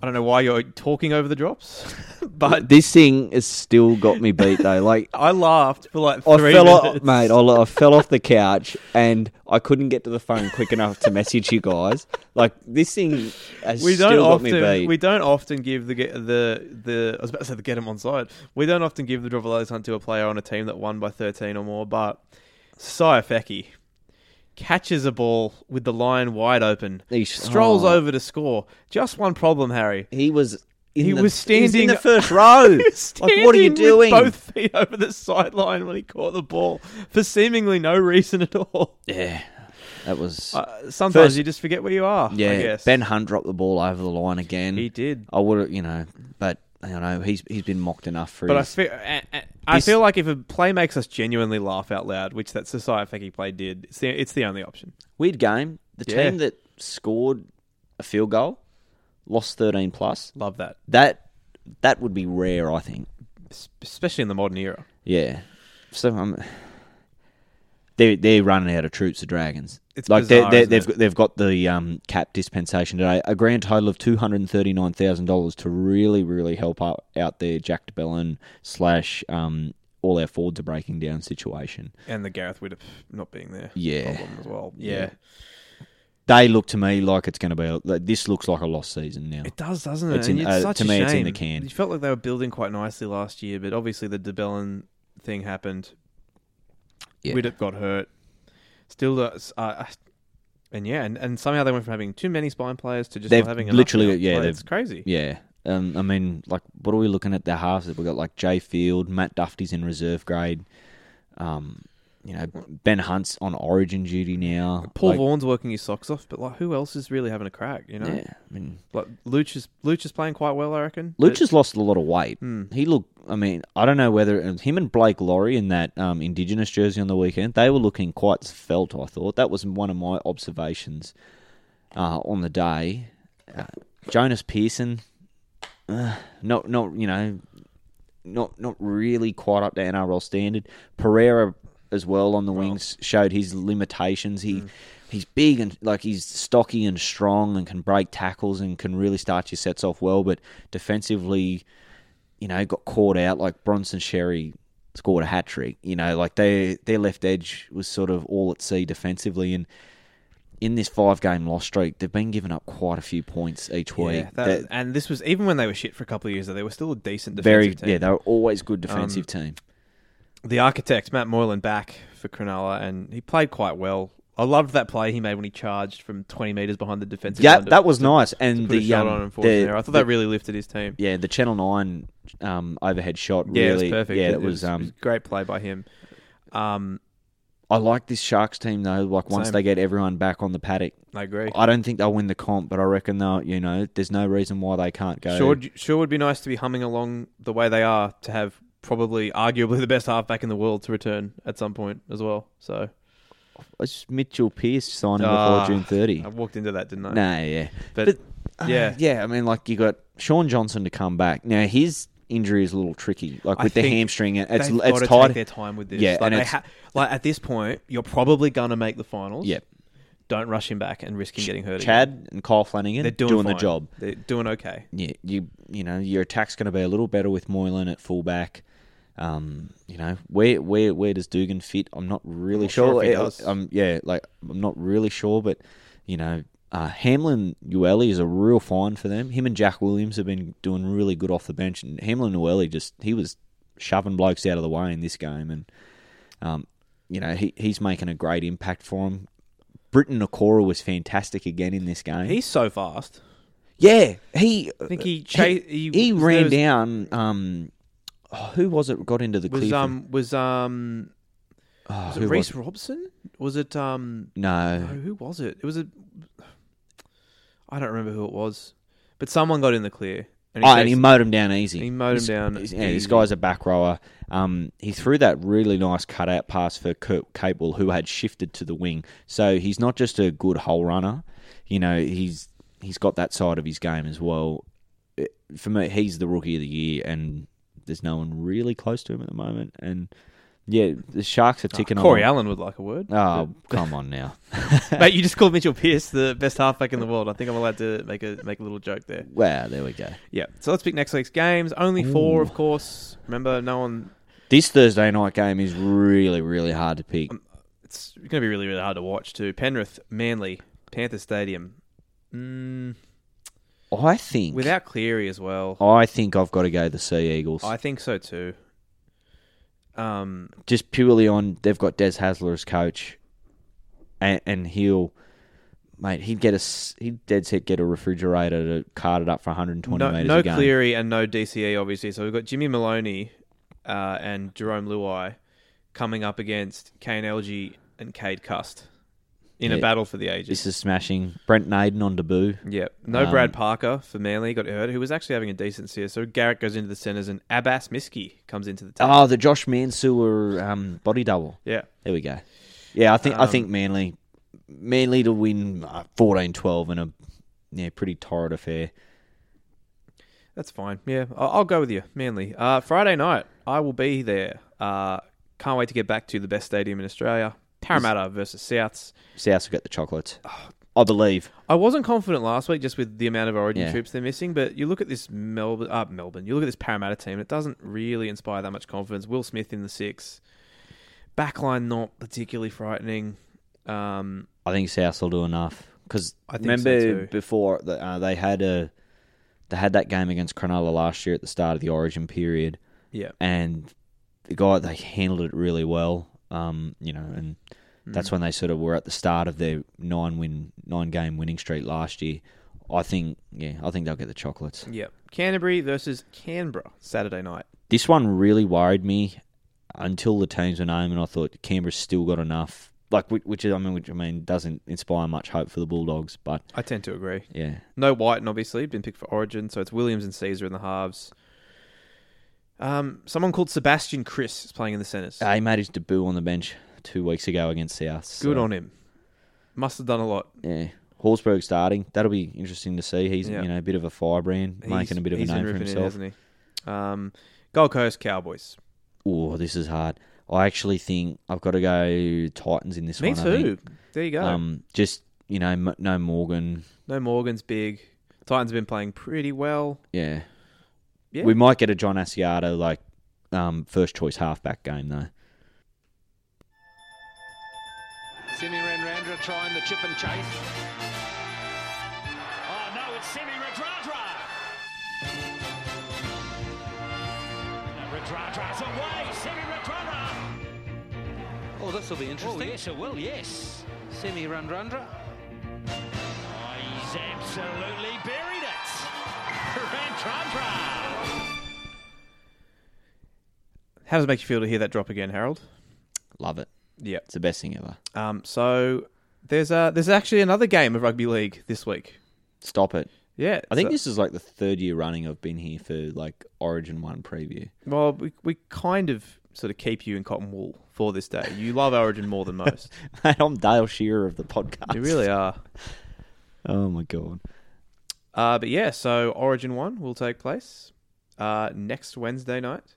I don't know why you're talking over the drops, but this thing has still got me beat though. Like I laughed for like I three fell off, minutes. mate. I, I fell off the couch and I couldn't get to the phone quick enough to message you guys. Like this thing has we don't still got me often beat. we don't often give the ge- the the I was about to say the get them on side. We don't often give the Drovalo's hunt to a player on a team that won by thirteen or more. But Saifeki catches a ball with the line wide open, He sh- strolls oh. over to score. Just one problem, Harry. He was. In He the, was was in standing- the first row. like, what are you Standing with doing? Both feet over the sideline when he caught the ball for seemingly no reason at all. Yeah, that was. Uh, sometimes First- you just forget where you are. yeah, I guess. Ben Hunt dropped the ball over the line again. he did. I would have, you know, but I don't know. He's he's been mocked enough for. But I his, feel, I, I- I This- feel like if a play makes us genuinely laugh out loud, which that Society Feki play did, it's the, it's the only option. weird game. The Yeah. team that scored a field goal lost thirteen plus. Love that, That that would be rare, I think. Es- especially in the modern era. Yeah. So um, they they're running out of troops. The Dragons. It's like bizarre, they isn't they've it? got, they've got the um, cap dispensation today. A grand total of two hundred and thirty nine thousand dollars to really really help out, out their Jack DeBellin slash um, all our forwards are breaking down situation. And the Gareth Widdop not being there Yeah. problem as well. Yeah. Yeah. They look to me like it's going to be. A, like, this looks like a lost season now. It does, doesn't it? It's and in- it's uh, such to a me, shame. it's in the can. You felt like they were building quite nicely last year, but obviously the DeBellin thing happened. Yeah. Widdop got hurt. Still, does- uh, and yeah, and, and somehow they went from having too many spine players to just They've not having enough literally- now. yeah, Like, they've- it's crazy. Yeah. Um, I mean, like, what are we looking at the halves that we got? Like Jay Field, Matt Duffy's in reserve grade. Um, you know, Ben Hunt's on Origin duty now. Paul Like, Vaughan's working his socks off, but like, who else is really having a crack? You know, Yeah, I mean, like Lucha's Lucha's playing quite well, I reckon. but- Lucha's lost a lot of weight. He looked. I mean, I don't know whether and him and Blake Laurie in that um, Indigenous jersey on the weekend. They were looking quite felt. I thought that was one of my observations uh, on the day. Uh, Jonas Pearson, uh, not not you know, not not really quite up to NRL standard. Pereira as well on the wings showed his limitations. He Mm. he's big and like he's stocky and strong and can break tackles and can really start your sets off well, but defensively, you know, got caught out like Bronson Sherry scored a hat trick. You know, like their their left edge was sort of all at sea defensively and in this five game loss streak, they've been giving up quite a few points each week. yeah, that- They're and this was even when they were shit for a couple of years, though, they were still a decent defensive very team. Um, yeah, they're always good defensive team. the architect Matt Moylan back for Cronulla, and he played quite well. I loved that play he made when he charged from 20 meters behind the defensive. Yeah, line to- that was nice. to And put a the um, shot on and the- force an error. I thought the- that really lifted his team. yeah, the Channel Nine um, overhead shot Yeah, really. it was perfect. Yeah, it, it was. it was Um, a great play by him. Um, I like this Sharks team though. Like once Same. they get everyone back on the paddock, I agree. I don't think they'll win the comp, but I reckon they'll. You know, there's no reason why they can't go. Sure, sure would be nice to be humming along the way they are to have probably arguably the best halfback in the world to return at some point as well. So It's Mitchell Pearce signing Ah, before June 30. I walked into that, didn't I? No, yeah, But, but, uh, yeah. yeah. I mean, like you got Sean Johnson to come back. Now his injury is a little tricky, like I with the think hamstring. it- It's they've it's gotta tied. Take their time with this. Yeah, like, and they it's- ha- like at this point, you're probably gonna make the finals. Yep. Don't rush him back and risk him getting hurt. again. Chad and Kyle Flanagan they're doing, the fine. job. They're doing okay. Yeah, you you know your attack's going to be a little better with Moylan at fullback. Um, you know where where where does Dugan fit? I'm not really not sure if he Uh, does. Um, yeah, like I'm not really sure, but you know. Uh, Hamlin Ueli is a real find for them. Him and Jack Williams have been doing really good off the bench, and Hamlin Ueli just he was shoving blokes out of the way in this game, and um, you know he he's making a great impact for him. Britton Nakora was fantastic again in this game. He's so fast. yeah, he I think he cha- he, he, ran there was- down. Um, who was it? Got into the Was cliff? and- um was um oh, was who it Reese was- Robson? Was it um no, No, who was it? It was a I don't remember who it was, but someone got in the clear. And oh, and he chased- mowed him down easy. He mowed him This- down this- Yeah, this easy. guy's a back rower. Um, he threw that really nice cutout pass for Kurt Capel, who had shifted to the wing. So he's not just a good hole runner. You know, he's he's got that side of his game as well. It- For me, he's the rookie of the year, and there's no one really close to him at the moment. And yeah, the Sharks are ticking Ah, Corey on. Allen would like a word. Oh, come on now. Mate, you just called Mitchell Pearce the best halfback in the world. I think I'm allowed to make a make a little joke there. Wow, there we go. Yeah. So let's pick next week's games. Only four, of course. Remember, no one. This Thursday night game is really, really hard to pick. Um, It's going to be really, really hard to watch too. Penrith, Manly, Panther Stadium. Mm, I think without Cleary as well. I think I've got to go the Sea Eagles. I think so too. Um, Just purely on they've got Des Hasler as coach, and, and he'll, mate, he'd get a s- he'd dead set get a refrigerator to cart it up for 120 no, meters no a game. Cleary and no DCE, obviously. So we've got Jimmy Maloney uh, and Jerome Luai coming up against Kane Elgie and Cade Cust in a Yeah. battle for the ages. This is smashing. Brent Naden on debut. Yeah, no Um, Brad Parker for Manly got hurt, who was actually having a decent season. So Garrett goes into the centres and Abbas Miski comes into the team. Oh, the Josh Mansour um, body double. yeah, There we go. Yeah, I think I Um, think Manly, Manly to win uh, 14-12 in a yeah pretty torrid affair. that's fine. Yeah, I'll, I'll go with you, Manly. Uh, Friday night, I will be there. Uh, can't wait to get back to the best stadium in Australia, Parramatta versus Souths. Souths will get the chocolates. I believe. I wasn't confident last week just with the amount of Origin Yeah. troops they're missing, but you look at this Melbourne, uh, Melbourne. You look at this Parramatta team, and it doesn't really inspire that much confidence. Will Smith in the six, backline not particularly frightening. Um, I think Souths will do enough because I think so remember too. before the, uh, they had a they had that game against Cronulla last year at the start of the Origin period, yeah. and the guy they handled it really well. Um, you know, and Mm. that's when they sort of were at the start of their nine win nine game winning streak last year. I think, yeah, I think they'll get the chocolates. Yep. Canterbury versus Canberra Saturday night. This one really worried me until the teams were named, and I thought Canberra's still got enough. Like, which, which is, I mean, which I mean, doesn't inspire much hope for the Bulldogs, but I tend to agree. yeah, No Whiten obviously been picked for Origin, so it's Williams and Caesar in the halves. Um, someone called Sebastian Chris is playing in the centres. Uh, he made his debut on the bench two weeks ago against South. so, Good on him. Must have done a lot. yeah. Horsburgh starting. That'll be interesting to see. He's Yeah. you know a bit of a firebrand, making a bit of a he's name been for ripping himself. in, hasn't he? Um, Gold Coast Cowboys. Oh, this is hard. I actually think I've got to go Titans in this Me one. I too. think. There you go. Um, just you know, m- no Morgan. no Morgan's big. Titans have been playing pretty well. Yeah. Yeah. We might get a John Asiata like um, first choice halfback game though. Simi Renrandra trying the chip and chase. Oh no, it's Simi Renrandra. Radra's away. Simi Radradra. Oh, this will be interesting. Oh, yes, it will, yes. Semi Rundrandra. Oh, he's absolutely buried it. Radradra. How does it make you feel to hear that drop again, Harold? Love it. Yeah. It's the best thing ever. Um, so there's uh there's actually another game of rugby league this week. Stop it. Yeah, I think so- this is like the third year running I've been here for like Origin One preview. Well, we we kind of sort of keep you in cotton wool for this day. You love Origin more than most. Mate, I'm Dale Shearer of the podcast. you really are. Oh my god. Uh, but yeah, so Origin 1 will take place uh, next Wednesday night.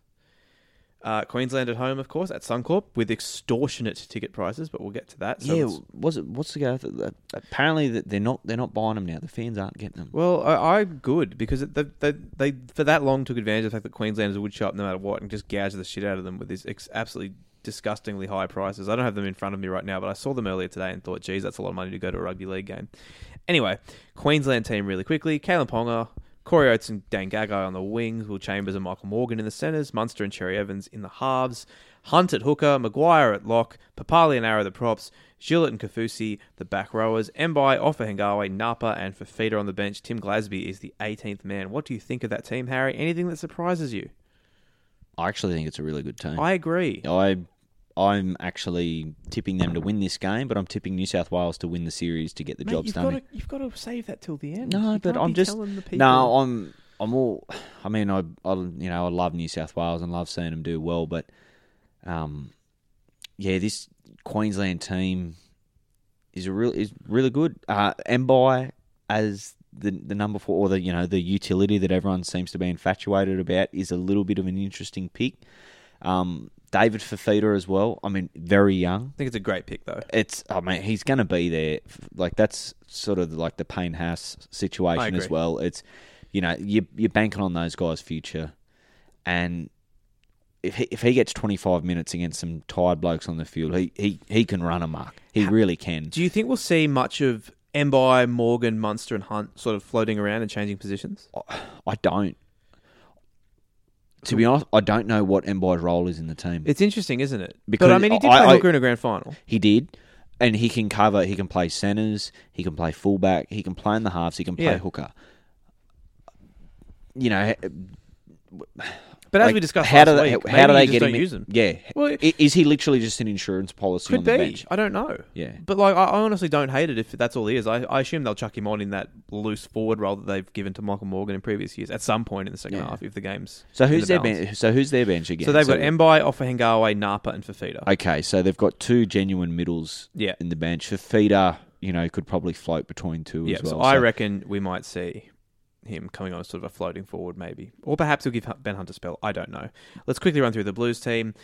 Uh, Queensland at home, of course, at Suncorp with extortionate ticket prices, but we'll get to that. So yeah. it's- Was it? What's the go? with it? Apparently that they're not they're not buying them now. The fans aren't getting them. Well, I, I'm good because it- they, they, they, for that long, took advantage of the fact that Queenslanders would show up no matter what and just gouge the shit out of them with these ex- absolutely disgustingly high prices. I don't have them in front of me right now, but I saw them earlier today and thought, geez, that's a lot of money to go to a rugby league game. Anyway, Queensland team really quickly. Kalen Ponga, Corey Oates and Dan Gagai on the wings, Will Chambers and Michael Morgan in the centres, Munster and Cherry Evans in the halves, Hunt at hooker, Maguire at lock, Papali and Arrow the props, Gillett and Kafusi the back rowers, Mbai, Offa Hengawe, Napa and Fafita on the bench. Tim Glasby is the 18th man. What do you think of that team, Harry? Anything that surprises you? I actually think it's a really good team. I agree. I I'm actually tipping them to win this game, but I'm tipping New South Wales to win the series to get the job you've, done. got to, you've got to save that till the end. No, You but can't I'm be just telling the people- no. I'm I'm all. I mean, I, I you know I love New South Wales and love seeing them do well, but um, yeah, this Queensland team is a real is really good. Uh, Mbai as the the number four or the you know the utility that everyone seems to be infatuated about is a little bit of an interesting pick. Um, David Fafita as well. I mean, very young I think it's a great pick, though. it's I mean he's going to be there. Like that's sort of like the Payne House I situation agree. as well. It's you know you you're banking on those guys' future, and if he, if he gets 25 minutes against some tired blokes on the field, he he, he can run a mark. He really can. Do you think we'll see much of Mbai, Morgan, Munster, and Hunt sort of floating around and changing positions? I don't. To be honest, I don't know what Mbai's role is in the team. It's interesting, isn't it? Because but I mean, he did I- play I- hooker in a grand final. He did. And he can cover, he can play centres, he can play fullback, he can play in the halves, he can play Yeah. hooker. You know, But as like, we discussed how last do they, week, how do maybe they you just get don't him? in- use him? Yeah, Well, well, is he literally just an insurance policy on Could the be. bench? I don't know. Yeah. But like, I, I honestly don't hate it if that's all he is. I, I assume they'll chuck him on in that loose forward role that they've given to Michael Morgan in previous years at some point in the second Yeah. half if the game's. So in who's the their balance. bench? So who's their bench again? So they've got Mbai, Offahengawe, Napa, and Fafita. Okay, so they've got two genuine middles. Yeah. in the bench. Fafita, you know, could probably float between two Yeah, as well. so I reckon we might see him coming on as sort of a floating forward, maybe, or perhaps he'll give Hu- Ben Hunt a spell. I don't know. Let's quickly run through the Blues team.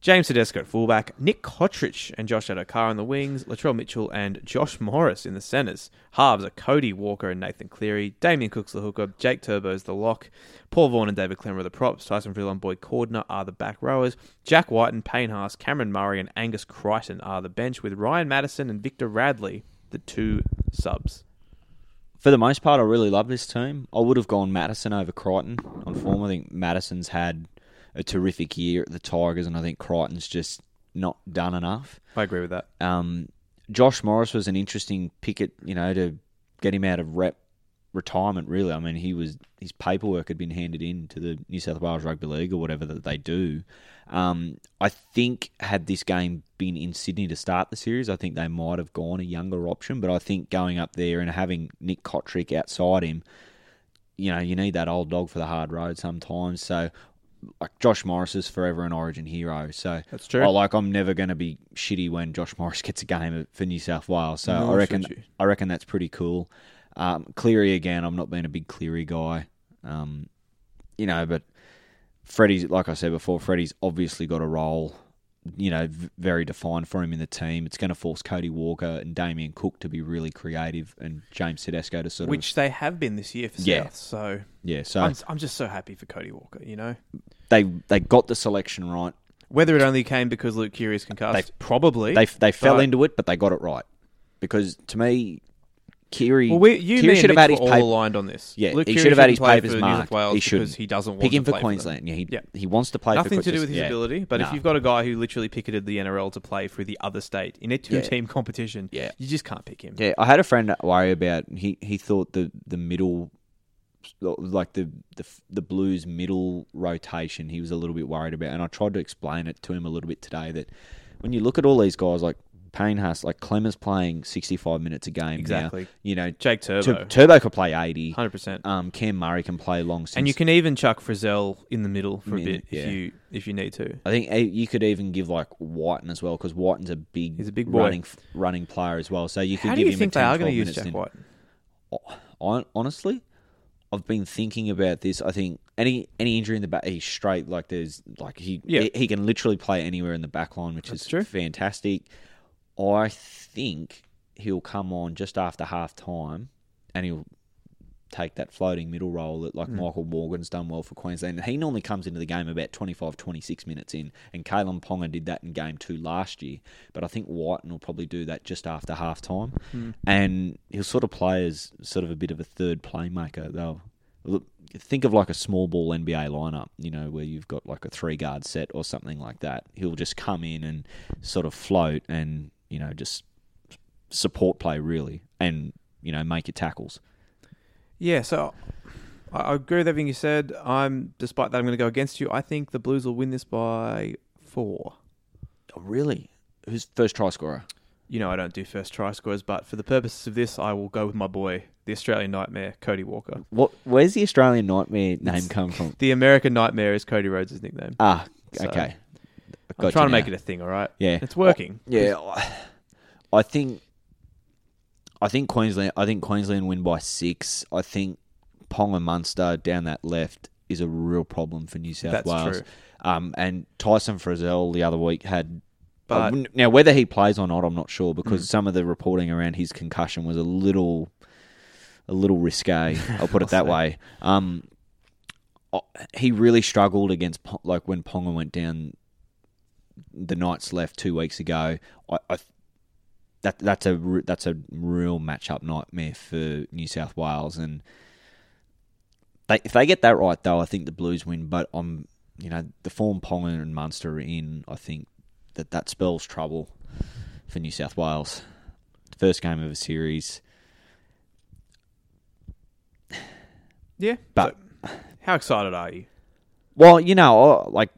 James Tedesco at fullback, Nick Kotrich and Josh Adokar on the wings, Latrell Mitchell and Josh Morris in the centres. Halves are Cody Walker and Nathan Cleary, Damien Cook's the hooker, Jake Turbo's the lock, Paul Vaughan and David Clemmer are the props, Tyson Frill and Boyd Cordner are the back rowers, Jack White and Payne Haas, Cameron Murray and Angus Crichton are the bench, with Ryan Madison and Victor Radley the two subs. for the most part, I really love this team. I would have gone Madison over Crichton on form. I think Madison's had a terrific year at the Tigers, and I think Crichton's just not done enough. I agree with that. Um, Josh Morris was an interesting picket, you know, to get him out of rep retirement. Really, I mean, he was his paperwork had been handed in to the New South Wales Rugby League or whatever that they do. Um, I think had this game been in Sydney to start the series, I think they might have gone a younger option. But I think going up there and having Nick Kotrick outside him, you know, you need that old dog for the hard road sometimes. So. Like Josh Morris is forever an Origin hero, so That's true. I like I'm never going to be shitty when Josh Morris gets a game for New South Wales. So Nor I reckon should you. I reckon that's pretty cool. Um, Cleary again, I'm not being a big Cleary guy, um, you know, but Freddie's like I said before, Freddie's obviously got a role, you know, v- very defined for him in the team. It's going to force Cody Walker and Damien Cook to be really creative, and James Tedesco to sort of Which they have been this year for Yeah. Uh, South. So yeah. So I'm, I'm just so happy for Cody Walker, you know? they they got the selection right. Whether it only came because Luke Curious concussed, They- probably. They they fell but- into it, but they got it right because to me, Kiri, Well, we, you, Kiri me, should and have had Mitch his were all paper. aligned on this. Yeah, Luke he Keary should have had his shouldn't play papers for New South marked. Wales he because should. he doesn't want pick to him for play them. Queensland. yeah, he, Yeah. he wants to play. Nothing for to do Queensland. with his Yeah. ability, but if Nah. you've got a guy who literally picketed the NRL to play for the other state in a two-team competition, Yeah. you just can't pick him. Yeah, I had a friend worry about he he thought the the middle like the the the Blues middle rotation he was a little bit worried about and I tried to explain it to him a little bit today that when you look at all these guys like Payne Huss like Clemmer's playing 65 minutes a game now. Exactly. you know Tur- Jake Turbo, Turbo could play 80 hundred percent. um Cam Murray can play long since And you can even chuck Frizzell in the middle for a Minute, bit if yeah. you if you need to. I think eh, you could even give like Whiten as well because Whiten's a big He's a big boy. running running player as well so you could How do give you him think a they 10, are 12 going to use minute Jack stint. White? Hon- honestly, I've been thinking about this. I think any any injury in the back, he's straight. Like there's like he Yeah. he, he can literally play anywhere in the back line, which is true. fantastic. I think he'll come on just after half time, and he'll take that floating middle role that like Michael Morgan's done well for Queensland. He normally comes into the game about 25, 26 minutes in, and Kalen Ponga did that in game two last year. But I think Whiten will probably do that just after half time, and he'll sort of play as sort of a bit of a third playmaker. They'll look, think of like a small ball NBA lineup, you know, where you've got like a three guard set or something like that. He'll just come in and sort of float and you know just support play really, and you know make your tackles. Yeah, so I I agree with everything you said. I'm, despite that, I'm going to go against you. I think the Blues will win this by four. Oh, really? Who's first try scorer? You know, I don't do first try scores, but for the purposes of this, I will go with my boy, the Australian nightmare, Cody Walker. What? Where's the Australian nightmare name come from? The American nightmare is Cody Rhodes' nickname. Ah, So, okay. I'm trying to make it a thing, all right? Yeah. It's working. yeah, I- I think. I think Queensland. I think Queensland win by six. I think Pong and Munster down that left is a real problem for New South That's Wales. true. Um, and Tyson Frizzell the other week had. But- I wouldn't- now whether he plays or not, I'm not sure because some of the reporting around his concussion was a little, a little risque. I'll put it that way. Um, I- he really struggled against Po- like when Ponga went down the Knights left two weeks ago. I, I that that's a r- that's a real matchup nightmare for New South Wales, and they, if they get that right, though, I think the Blues win. But I'm you know the form Ponga and Munster are in, I think that that spells trouble for New South Wales. First game of a series, Yeah. but so how excited are you? Well, you know, I- like,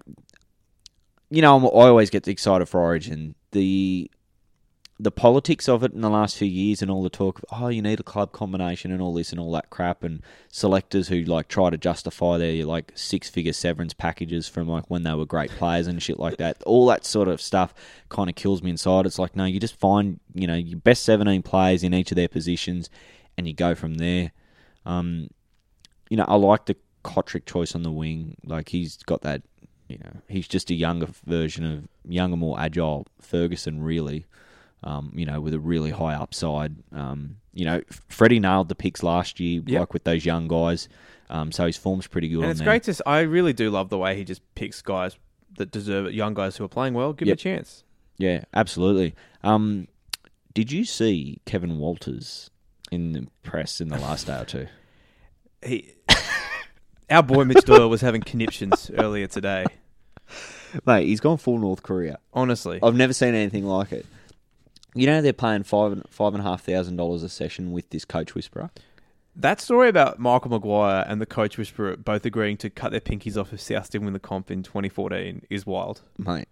you know, I'm, I always get excited for Origin. The the politics of it in the last few years and all the talk of oh, you need a club combination and all this and all that crap and selectors who like try to justify their like six figure severance packages from like when they were great players and shit like that. All that sort of stuff kind of kills me inside. It's like no, you just find you know your best seventeen players in each of their positions and you go from there. Um, you know, I like the Kotrick choice on the wing. Like he's got that, you know, he's just a younger version of younger, more agile Ferguson, really. Um, you know, with a really high upside. Um, you know, F- Freddie nailed the picks last year, Yep. like with those young guys. Um, so his form's pretty good. And on it's there. great to. s- I really do love the way he just picks guys that deserve it, young guys who are playing well. Give Yep. them a chance. Yeah, absolutely. Um, did you see Kevin Walters in the press in the last day or two? He, our boy Mitch Doyle was having conniptions earlier today. Mate, he's gone full North Korea. Honestly, I've never seen anything like it. You know they're paying five and five and a half thousand dollars a session with this coach whisperer. that story about Michael Maguire and the coach whisperer both agreeing to cut their pinkies off if South didn't win the comp in 2014 is wild. Mate,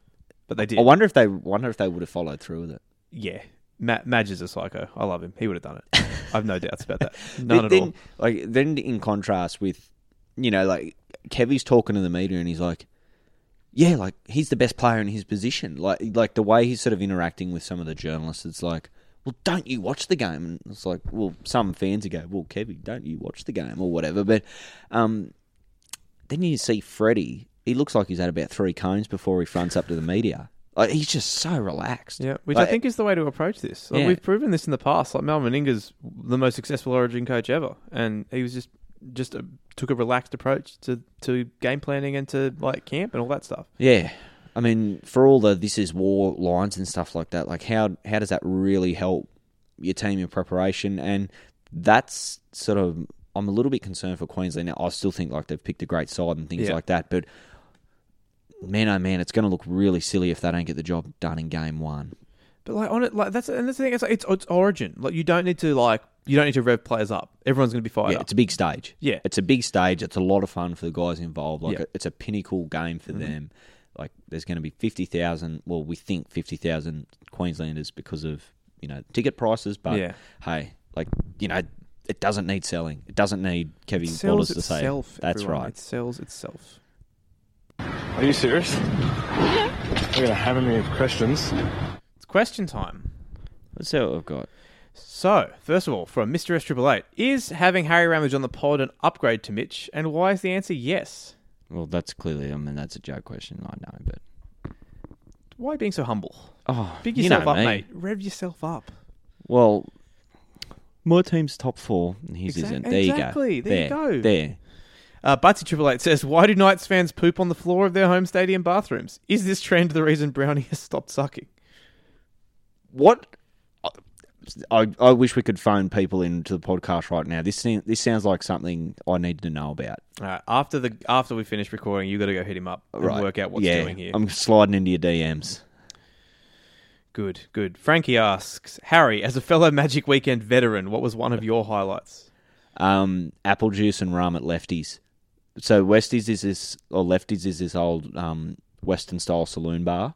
But they did. I wonder if they wonder if they would have followed through with it. yeah, Ma- Madge is a psycho. I love him. He would have done it. I've no doubts about that. Then- None at then, all. Like then in contrast with, you know, like Kevy's talking to the media and he's like, yeah, like he's the best player in his position. Like like the way he's sort of interacting with some of the journalists, it's like, well, don't you watch the game? And it's like, well, some fans are go, well, Kevy, don't you watch the game or whatever. But um, then you see Freddie. He looks like he's had about three cones before he fronts up to the media. Like he's just so relaxed. Yeah, which Like, I think is the way to approach this. Like, Yeah. We've proven this in the past. Like Mal Meninga's the most successful Origin coach ever, and he was just just a, took a relaxed approach to to game planning and to like camp and all that stuff. Yeah. I mean, for all the this is war lines and stuff like that, like how how does that really help your team in preparation, and that's sort of I'm a little bit concerned for Queensland. Now I still think like they've picked a great side and things Yeah. like that, but man, oh man, it's going to look really silly if they don't get the job done in game one. But like on it, like that's and that's the thing. It's like, it's, it's Origin. Like you don't need to like you don't need to rev players up. Everyone's going to be fired yeah, up. it's a big stage. Yeah. it's a big stage. It's a lot of fun for the guys involved. Like Yeah. Mm-hmm. it's a pinnacle game for them. Like there's going to be fifty thousand. Well, we think fifty thousand Queenslanders because of you know ticket prices. But Yeah. hey, like you know, it doesn't need selling. It doesn't need Kevin It Borders sells to say. itself. That's everyone. right. It sells itself. Are you serious? You're gonna hammer me with questions. It's question time. Let's see what we've got. So, first of all, from Mr. S Triple Eight, is having Harry Ramage on the pod an upgrade to Mitch, and why is the answer yes? Well, that's clearly. I mean, that's a joke question. I know, but Why being so humble? oh, Big you know yourself up, me. mate. Rev yourself up. Well, my team's top four, and his Exac- isn't. There exactly. you go. There you go. There. Uh, Butsy Triple Eight says, "Why do Knights fans poop on the floor of their home stadium bathrooms? Is this trend the reason Brownie has stopped sucking?" what I, I wish we could phone people into the podcast right now. This seem- this sounds like something I needed to know about. All right. After the after we finish recording, you got to go hit him up and work out what's yeah, doing here. I'm sliding into your DMs. Good, good. Frankie asks Harry, as a fellow Magic Weekend veteran, what was one of your highlights? Um, apple juice and rum at Lefties. So Westies is this or Lefties is this old um, Western style saloon bar.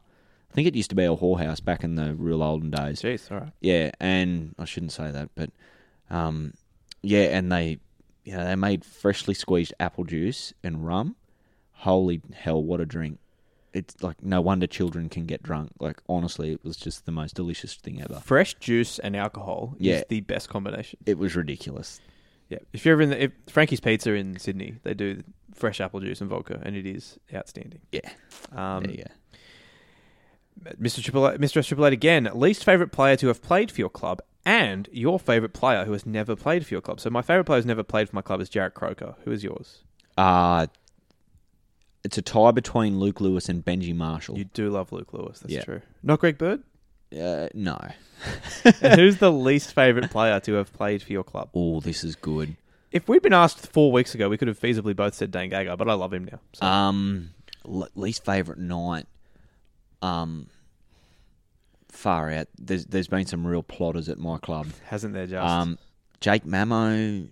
I think it used to be a whorehouse back in the real olden days. Jeez, all right. Yeah, and I shouldn't say that, but um, yeah, and they, you know, they made freshly squeezed apple juice and rum. Holy hell, what a drink! It's like no wonder children can get drunk. Like honestly, it was just the most delicious thing ever. Fresh juice and alcohol Yeah. is the best combination. It was ridiculous. Yeah, if you're ever in the, if Frankie's Pizza in Sydney, they do fresh apple juice and vodka, and it is outstanding. Yeah, Um, there you go. Mr. Triple Eight- Mr. S Triple Eight again. Least favorite player to have played for your club, and your favorite player who has never played for your club. So my favorite player who's never played for my club is Jarrett Croker. Who is yours? Uh it's a tie between Luke Lewis and Benji Marshall. You do love Luke Lewis. That's Yeah. true. Not Greg Bird. Uh, no, And who's the least favorite player to have played for your club? oh, this is good. If we'd been asked four weeks ago, we could have feasibly both said Dan Gagai, but I love him now. So. Um, l- least favorite night. Um, far out. There's there's been some real plotters at my club. Hasn't there just? Um, Jake Mamo,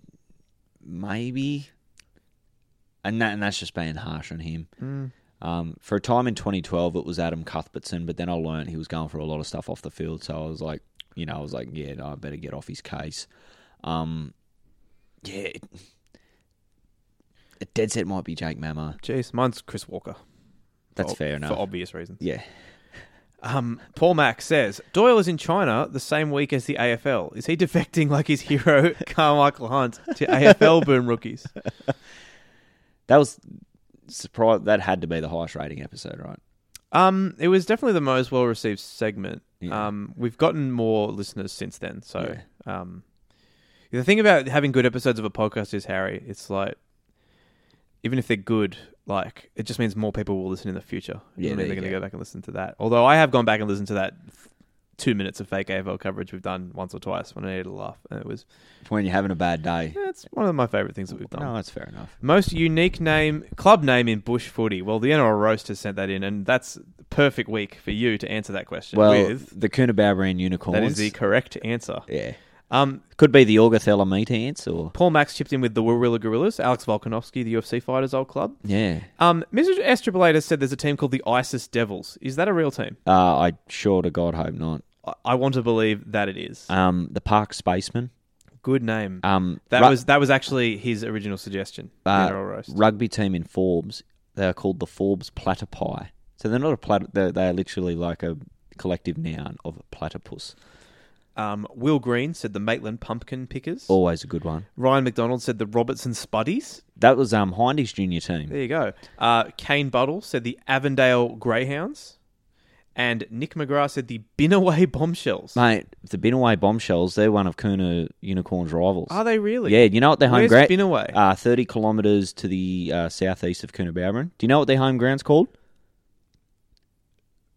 maybe, and that and that's just being harsh on him. Mm, Um, for a time in 2012, it was Adam Cuthbertson, but then I learned he was going for a lot of stuff off the field, so I was like, you know, I was like, yeah, no, I better get off his case. Um, yeah, it, a dead set might be Jake Mamo. Jeez, mine's Chris Walker. That's Oh, For- fair enough. For obvious reasons. Yeah. Um, Paul Mack says Doyle is in China the same week as the AFL. Is he defecting like his hero Carmichael Hunt to AFL boom rookies? That was surprise that had to be the highest rating episode, right? Um, it was definitely the most well received segment. Yeah. Um, we've gotten more listeners since then. So, um, the thing about having good episodes of a podcast is Harry. It's like, even if they're good, like it just means more people will listen in the future. It Yeah, doesn't there mean they're you going to go. go back and listen to that. Although I have gone back and listened to that f- two minutes of fake AFL coverage we've done once or twice when I needed a laugh, and it was When you're having a bad day. yeah, it's one of my favorite things that we've done. No, that's fair enough. Most unique name, club name in bush footy. Well, the NRL roast has sent that in, and that's the perfect week for you to answer that question. Well, with the Coonabarra brand unicorns. that is the correct answer. yeah. Um, Could be the Orgathella meat ants or Paul Max chipped in with the Warilla Gorillas, Alex Volkanovski, the UFC fighters' old club. yeah. Um, Mr. S Triple Eight has said there's a team called the ISIS Devils. Is that a real team? Uh, I sure to God hope not. I, I want to believe that it is. Um, the Park Spaceman. Good name. Um, that ru- was that was actually his original suggestion. the uh, NRL roast. rugby team in Forbes. They are called the Forbes Platter Pie. So they're not a platter. They're, they are literally like a collective noun of a platypus. Um, Will Green said the Maitland Pumpkin Pickers. Always a good one. Ryan McDonald said the Robertson Spuddies. That was um Hindy's junior team. There you go. Uh, Kane Buttle said the Avondale Greyhounds, and Nick McGrath said the Binaway Bombshells. Mate, the Binaway Bombshells, they're one of Kuna Unicorn's rivals. Are they really? Yeah, you know what their home Where's ground Binaway? Uh, 30 kilometres to the uh, southeast of Coonabarabran. Do you know what their home ground's called?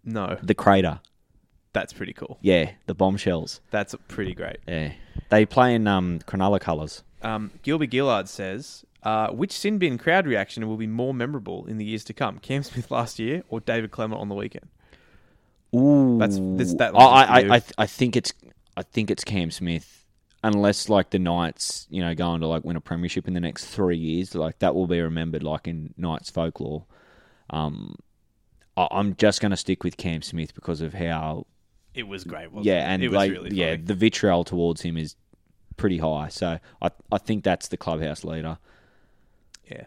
No. The Crater. That's pretty cool. Yeah, the bombshells. That's pretty great. Yeah, they play in um, Cronulla colours. Um, Gilby Gillard says, uh, which sin bin crowd reaction will be more memorable in the years to come? Cam Smith last year or David Clement on the weekend? Ooh, That's- that's- I, that one's I, I, for you. I, th- I think it's I think it's Cam Smith, unless like the Knights, you know, go on to like win a premiership in the next three years, like that will be remembered like in Knights folklore. Um, I, I'm just going to stick with Cam Smith because of how It was great, wasn't yeah, and it? It was like really yeah, funny. the vitriol towards him is pretty high. So I I think that's the clubhouse leader. Yeah.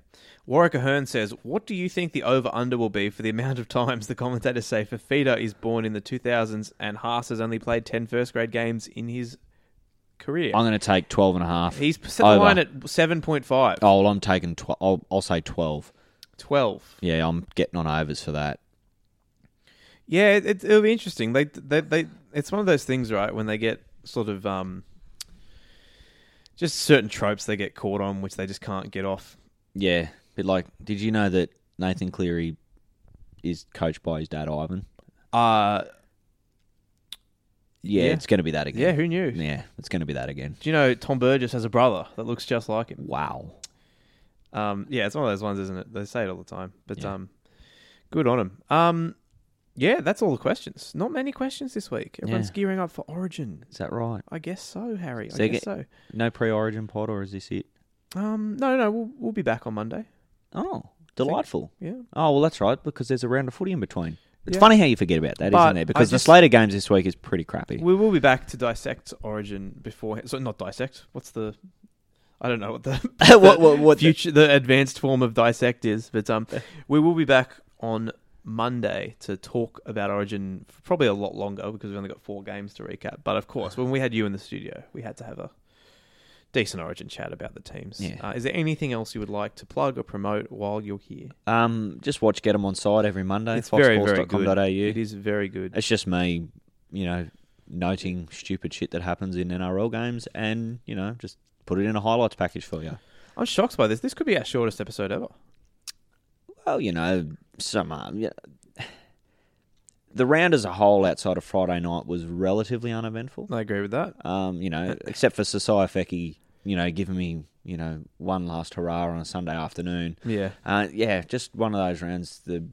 Warwick Ahern says, What do you think the over under will be for the amount of times the commentators say Fafita is born in the 2000s and Haas has only played 10 first grade games in his career? I'm going to take 12 and a half. He's set the over. line at 7.5. Oh, well, I'm taking 12. I'll, I'll say 12. 12. Yeah, I'm getting on overs for that. Yeah, it, it, it'll be interesting. They, they, they, it's one of those things, right? When they get sort of um, just certain tropes they get caught on, which they just can't get off. Yeah. But, like, did you know that Nathan Cleary is coached by his dad, Ivan? Uh, Yeah, Yeah. it's going to be that yeah, again. who knew? Yeah, it's going to be that again. Do you know Tom Burgess has a brother that looks just like him? Wow. Um, yeah, it's one of those ones, isn't it? They say it all the time, but Yeah. um, good on him. Um, yeah, that's all the questions. Not many questions this week. Everyone's Yeah. gearing up for Origin. Is that right? I guess so, Harry. So I you guess get- so. No pre origin pod, or is this it? Um, no, no, we'll, we'll be back on Monday. Oh, delightful. Yeah. Oh, well, that's right, because there's a round of footy in between. It's Yeah. funny how you forget about that, But not I there? Because the just- slate of games this week is pretty crappy. We will be back to dissect Origin beforehand. So not dissect. What's the? I don't know what the what, what, what the- future, the advanced form of dissect is, but um, we will be back on Monday to talk about Origin for probably a lot longer because we've only got four games to recap. But of course, when we had you in the studio, we had to have a decent Origin chat about the teams. Yeah. Uh, is there anything else you would like to plug or promote while you're here? Um, just watch Get 'Em on Side every Monday. It's very, very foxsports.com.au. It is very good. It's just me, you know, noting stupid shit that happens in NRL games, and you know, just put it in a highlights package for you. I'm shocked by this. This could be our shortest episode ever. Well, you know, some uh, yeah. the round as a whole outside of Friday night was relatively uneventful. I agree with that. Um, you know, except for Sasai Feki, you know, giving me you know one last hurrah on a Sunday afternoon. Yeah. Uh, yeah, just one of those rounds. The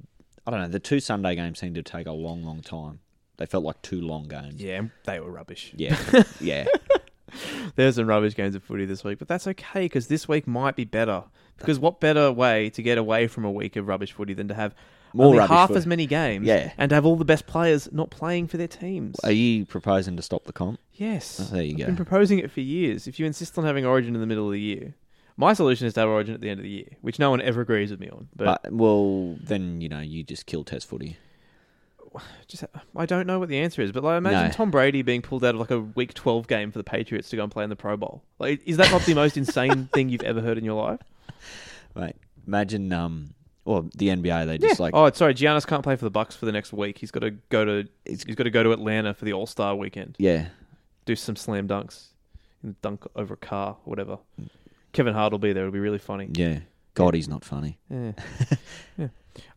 I don't know. The two Sunday games seemed to take a long, long time. They felt like two long games. Yeah, and they were rubbish. Yeah, yeah. There's some rubbish games of footy this week, but that's okay because this week might be better. Because what better way to get away from a week of rubbish footy than to have More only rubbish half footy. as many games Yeah. and to have all the best players not playing for their teams? Are you proposing to stop the comp? yes. Oh, there you I've go. been proposing it for years. If you insist on having Origin in the middle of the year, my solution is to have Origin at the end of the year, which no one ever agrees with me on. But, But well, then you know you just kill Test footy. just I don't know what the answer is. But like, imagine No. Tom Brady being pulled out of like a Week 12 game for the Patriots to go and play in the Pro Bowl. Like, is that not the most insane thing you've ever heard in your life? Right? Imagine, um, or the NBA they just like oh, sorry, Giannis can't play for the Bucks for the next week. He's got to go to It's- he's got to go to Atlanta for the All Star weekend. yeah, Do some slam dunks, and dunk over a car, or whatever. Mm. Kevin Hart will be there. It'll be really funny. yeah. God, he's not funny. Yeah. Yeah.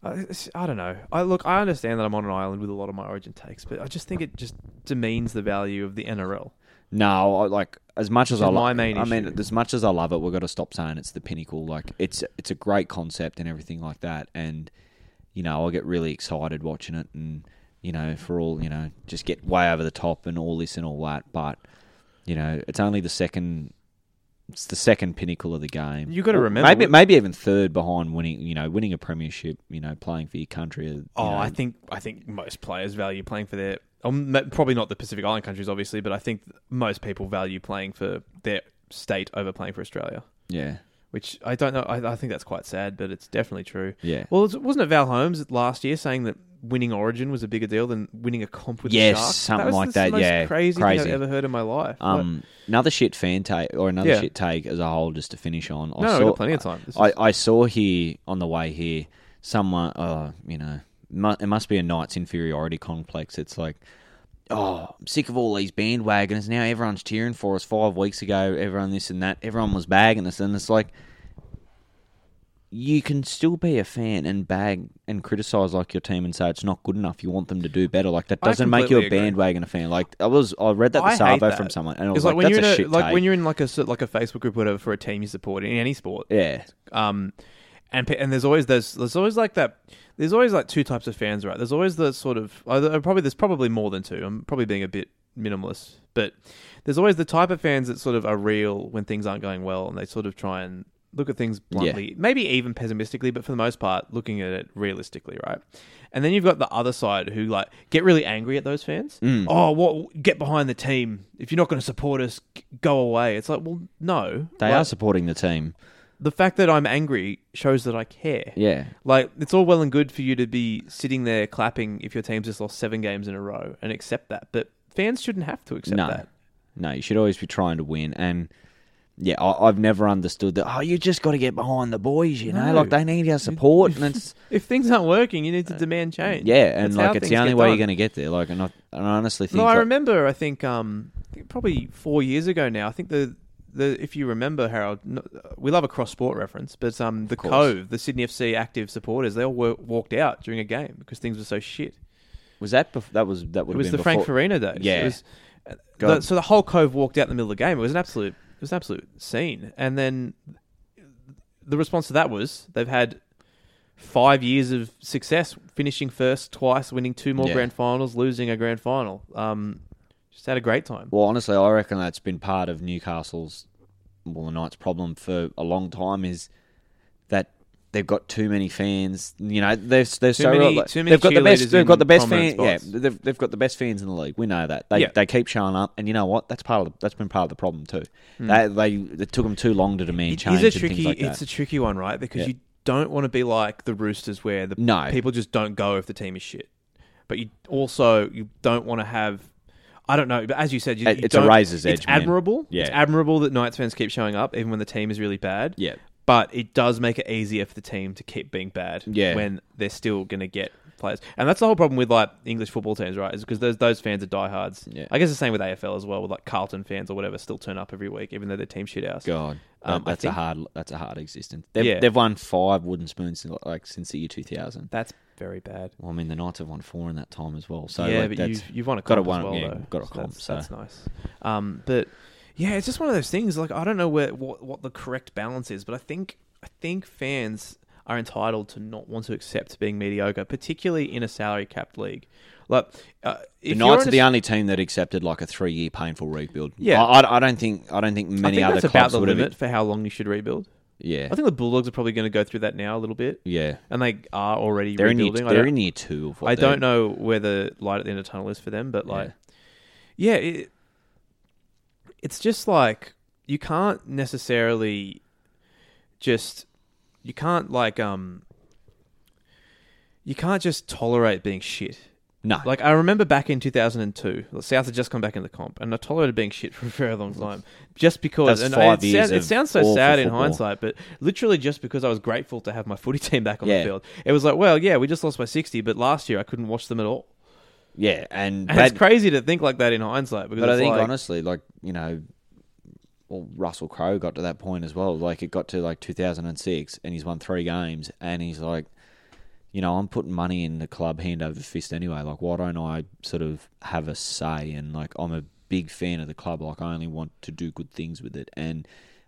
I, it's- I don't know. I look. I understand that I'm on an island with a lot of my origin takes, but I just think it just demeans the value of the NRL. No, I, like as much as This I is love, my main I mean, issue. as much as I love it, we've got to stop saying it's the pinnacle. Like it's it's a great concept and everything like that, and you know I get really excited watching it, and you know for all you know just get way over the top and all this and all that, but you know it's only the second. It's the second pinnacle of the game. You gotta Or remember- maybe maybe even third behind winning. You know, winning a premiership. You know, playing for your country. you Oh, know. I think I think most players value playing for their um, ma- probably not the Pacific Island countries, obviously, but I think most people value playing for their state over playing for Australia. yeah, which I don't know. I, I think that's quite sad, but it's definitely true. Yeah. Well, it's- wasn't it Val Holmes last year saying that winning Origin was a bigger deal than winning a comp with Yes, the Sharks? something was like the that, most yeah, crazy, thing crazy. I've ever heard in my life. Um, another shit fan take or another Yeah. shit take as a whole, just to finish on. I No, saw, we've got plenty of time. This I, is- I saw here on the way here someone, uh, you know, mu- it must be a Knights inferiority complex. It's like, oh, I'm sick of all these bandwagoners now. Everyone's cheering for us. Five weeks ago, everyone this and that. Everyone was bagging us, and it's like, you can still be a fan and bag and criticize like your team and say it's not good enough. You want them to do better. Like that I doesn't make you a completely agree. bandwagoner fan. Like I was, I read that the I hate Savo that. from someone, and I It's was like, when that's you're a in shit like take. when you're in like a s- like a Facebook group or whatever for a team you support in any sport. yeah, Um, and pe- and there's always those there's always like that there's always like two types of fans, right? There's always the sort of uh, there- probably there's probably more than two. I'm probably being a bit minimalist, but there's always the type of fans that sort of are real when things aren't going well, and they sort of try and look at things bluntly, maybe even pessimistically, but for the most part, looking at it realistically, right? And then you've got the other side who like get really angry at those fans. Mm. Oh, what? Get behind the team. If you're not going to support us, g- go away. It's like, well, no, they Like, are supporting the team. the fact that I'm angry shows that I care. Yeah, Like it's all well and good for you to be sitting there clapping if your team's just lost seven games in a row and accept that, but fans shouldn't have to accept no, that. no, you should always be trying to win. And yeah, I, I've never understood that. Oh, you just got to get behind the boys. You know, No. like they need our support, and it's If things aren't working, you need to demand change. yeah, and That's how like it's the things only get way done. you're going to get there. Like, and I, and I honestly think No, I like- remember. I think um, probably four years ago now. I think the the if you remember Harold, no, we love a cross sport reference, but um, the course. Cove, the Sydney FC active supporters, they all wa- walked out during a game because things were so shit. was that bef- that was that would It have was the been Frank before- Farina days. Yeah. It was, uh, God. the- so the whole cove walked out in the middle of the game. It was an absolute, it was an absolute scene. And then the response to that was they've had five years of success, finishing first twice, winning two more Yeah. grand finals, losing a grand final. Um, just had a great time. Well, honestly, I reckon that's been part of Newcastle's, well, the Knights' problem for a long time is that they've got too many fans. You know, they're they're so many- like, too many they've got the best cheerleaders they've got in the best fans. prominent spots. Yeah, they've, they've got the best fans in the league. We know that they Yeah. they keep showing up, and you know what? That's part of the, that's been part of the problem too. They, they it took them too long to demand Hmm. It change. is a and tricky, things like that. it's a tricky one, right? Because Yeah. you don't want to be like the Roosters, where the No. people just don't go if the team is shit. But you also you don't want to have. I don't know, but as you said, you, It- you it's a don't- razor's It's edge, man. admirable. Yeah. It's admirable that Knights fans keep showing up, even when the team is really bad. Yeah. But it does make it easier for the team to keep being bad. Yeah. When they're still going to get players, and that's the whole problem with like English football teams, right? Is because those those fans are diehards. Yeah. I guess the same with AFL as well, with like Carlton fans or whatever still turn up every week, even though their team shit out. God, that- Um, I that's a think- hard that's a hard existence. They've, Yeah. they've won five wooden spoons since, like since the year two thousand. That's very bad. Well, I mean, the Knights have won four in that time as well. So yeah, like, but that's, you've, you've won a got comp a one- as well, yeah, though. got a comp, That's, so. that's nice. Um, but yeah, it's just one of those things. Like I don't know where what, what the correct balance is, but I think I think fans are entitled to not want to accept being mediocre, particularly in a salary capped league. Like uh, The if you're Knights in are a- the only team that accepted like a three-year painful rebuild. Yeah. I, I, I don't think I don't think I many think other that's about clubs the would have. limit for how long you should rebuild. Yeah, I think the Bulldogs are probably going to go through that now a little bit, yeah, and they are already they're in year, rebuilding. I they're don't- in year two. Of what I they- don't know where the light at the end of the tunnel is for them, but like, yeah, it, it's just like you can't necessarily just you can't like um you can't just tolerate being shit. No, Like I remember back in two thousand and two, South had just come back into the comp, and I tolerated being shit for a very long time, just because. That's and five it, years sound- it of sounds so awful sad in football. hindsight, but literally just because I was grateful to have my footy team back on Yeah. the field, it was like, well, yeah, we just lost by sixty, but last year I couldn't watch them at all. yeah, and, And that- it's crazy to think like that in hindsight. Because but I it's think like, honestly, like you know, well, Russell Crowe got to that point as well. Like it got to like 2006, and he's won three games, and he's like, you know, I'm putting money in the club hand over fist anyway. Like, why don't I sort of have a say? And like, I'm a big fan of the club. Like, I only want to do good things with it, and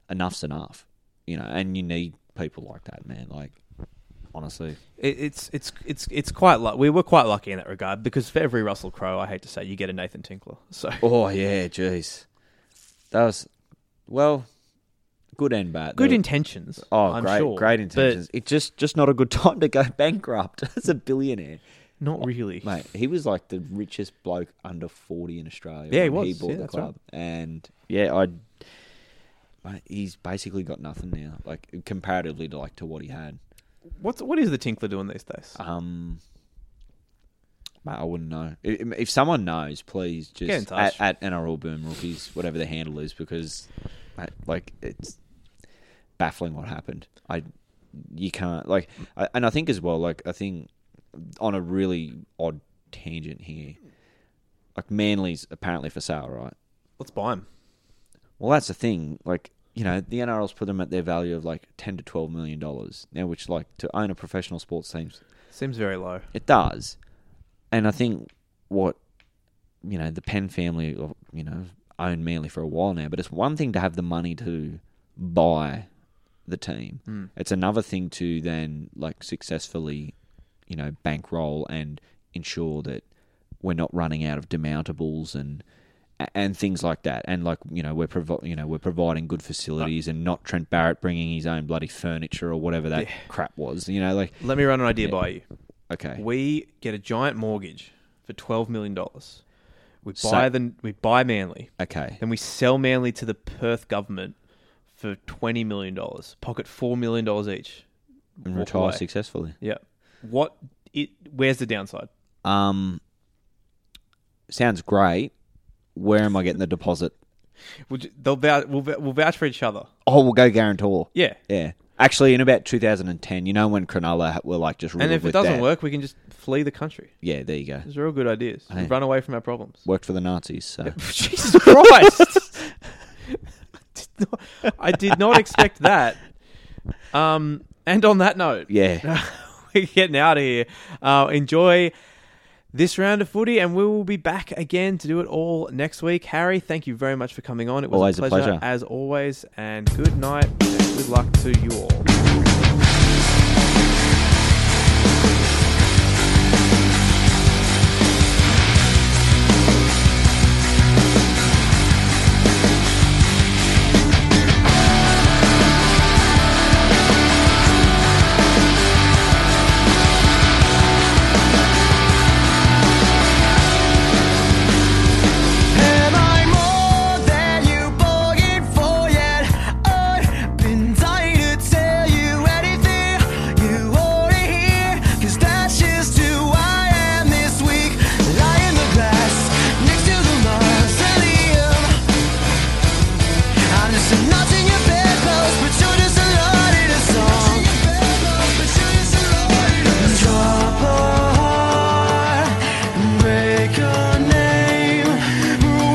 enough's enough, you know. And you need people like that, man. Like, honestly, it, it's it's it's it's quite lucky. We were quite lucky in that regard because for every Russell Crowe, I hate to say, you get a Nathan Tinkler. So oh yeah, jeez, that was well, good and bad. good There- intentions. Oh, I'm great, sure, great but intentions. It's just just not a good time to go bankrupt as a billionaire, not really. mate. He was like the richest bloke under forty in Australia. Yeah, he when He was. bought Yeah, the that's right. club, and yeah, I. mate, He's basically got nothing now, like comparatively to like to what he had. What's what is the Tinkler doing these days? Um, mate, I wouldn't know. If, if someone knows, please just Get in touch. At, at NRL Boom Rookies, whatever the handle is, because mate, like it's baffling what happened. I you can't like, I, and I think as well, like I think on a really odd tangent here, like Manly's apparently for sale, right? Let's buy him. Well, that's the thing. Like you know, the NRL's put them at their value of like ten to twelve million dollars now, which like to own a professional sports team, Seems very low. it does. And I think what you know, the Penn family, you know, owned Manly for a while now, but it's one thing to have the money to buy the team. Mm. It's another thing to then like successfully, you know, bankroll and ensure that we're not running out of demountables and and things like that. And like you know, we're provi- you know we're providing good facilities and not Trent Barrett bringing his own bloody furniture or whatever that crap was. You know, like Let me run an idea Yeah. by you. okay, We get a giant mortgage for twelve million dollars. We So- buy the we buy Manly, okay, then we sell Manly to the Perth government for twenty million dollars. Pocket four million dollars each. and Walk retire away. successfully. Yeah. What it? Where's the downside? Um, sounds great. Where am I getting the deposit? Would you- they'll vouch, we'll, vou- we'll vouch for each other. Oh, we'll go guarantor. Yeah. Yeah. Actually, in about 2010, you know when Cronulla were like just riddled And if it with doesn't that? work, we can just flee the country. yeah, there you go. These are all good ideas. We Hey. Run away from our problems. Worked for the Nazis. So Jesus Christ! Did not- I did not expect that. Um, and on that note, yeah, we're getting out of here. Uh, enjoy this round of footy, and we will be back again to do it all next week. Harry, thank you very much for coming on. It was Always a, a pleasure, pleasure. as always, and good night. and Good luck to you all. Am I more than you bargained for yet? I've been dying to tell you anything you wanna hear. 'Cause that's just who I am this week. Lie in the grass, next to the mausoleum. I'm just a nut in your bedpost, but you're just a lot in a song. Drop a heart and break your name.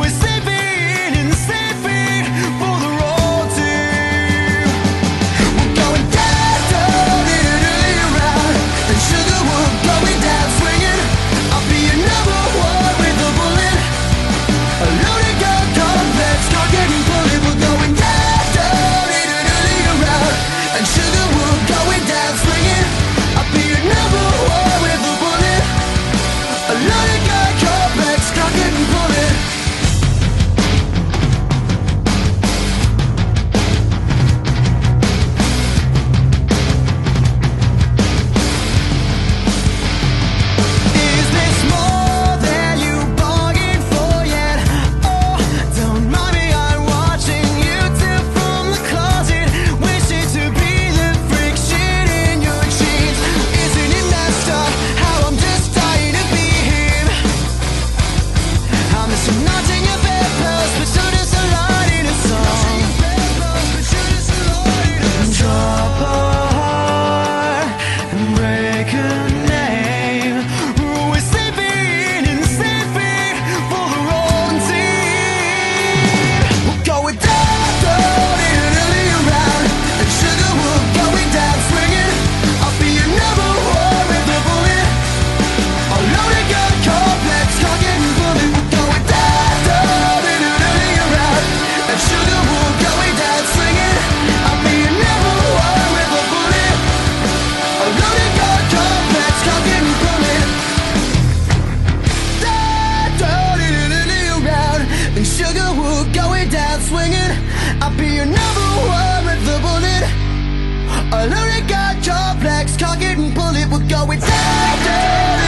We're sleeping and sleeping for the road team. We're going down, down in an early round, and sugar we're going down swinging. I'll be your number one with a bullet. A loaded gun, come, let's go getting bullied. We're going down, down in an early round, and sugar we're going down swinging. I'll be your number one with a bullet. A loaded gun, come, let's go getting bullied. Is this more than you bargained for yet? Oh, don't mind me, I'm watching you tip from the closet, wishing to be the friction in your jeans. Isn't it messed up how I'm just dying to be him? I'm just not in your bedpost, but you're just a light in a song. Drop a heart and break a name. We're sleeping and sleeping for the wrong team. We're going down, down in an early round, and sugar we're going down swinging. I'll be your number one with a bullet. I'll load a gun, complex, cock and bullet. We're going down, down in an early round, and sugar we're going down swinging. I'll be your number one with a bullet. I'll load a gun, complex, cock and bullet. And sugar will going down swinging. I'll be your number one with the bullet. A loaded gun, complex, cock and bullet. We're going down, down,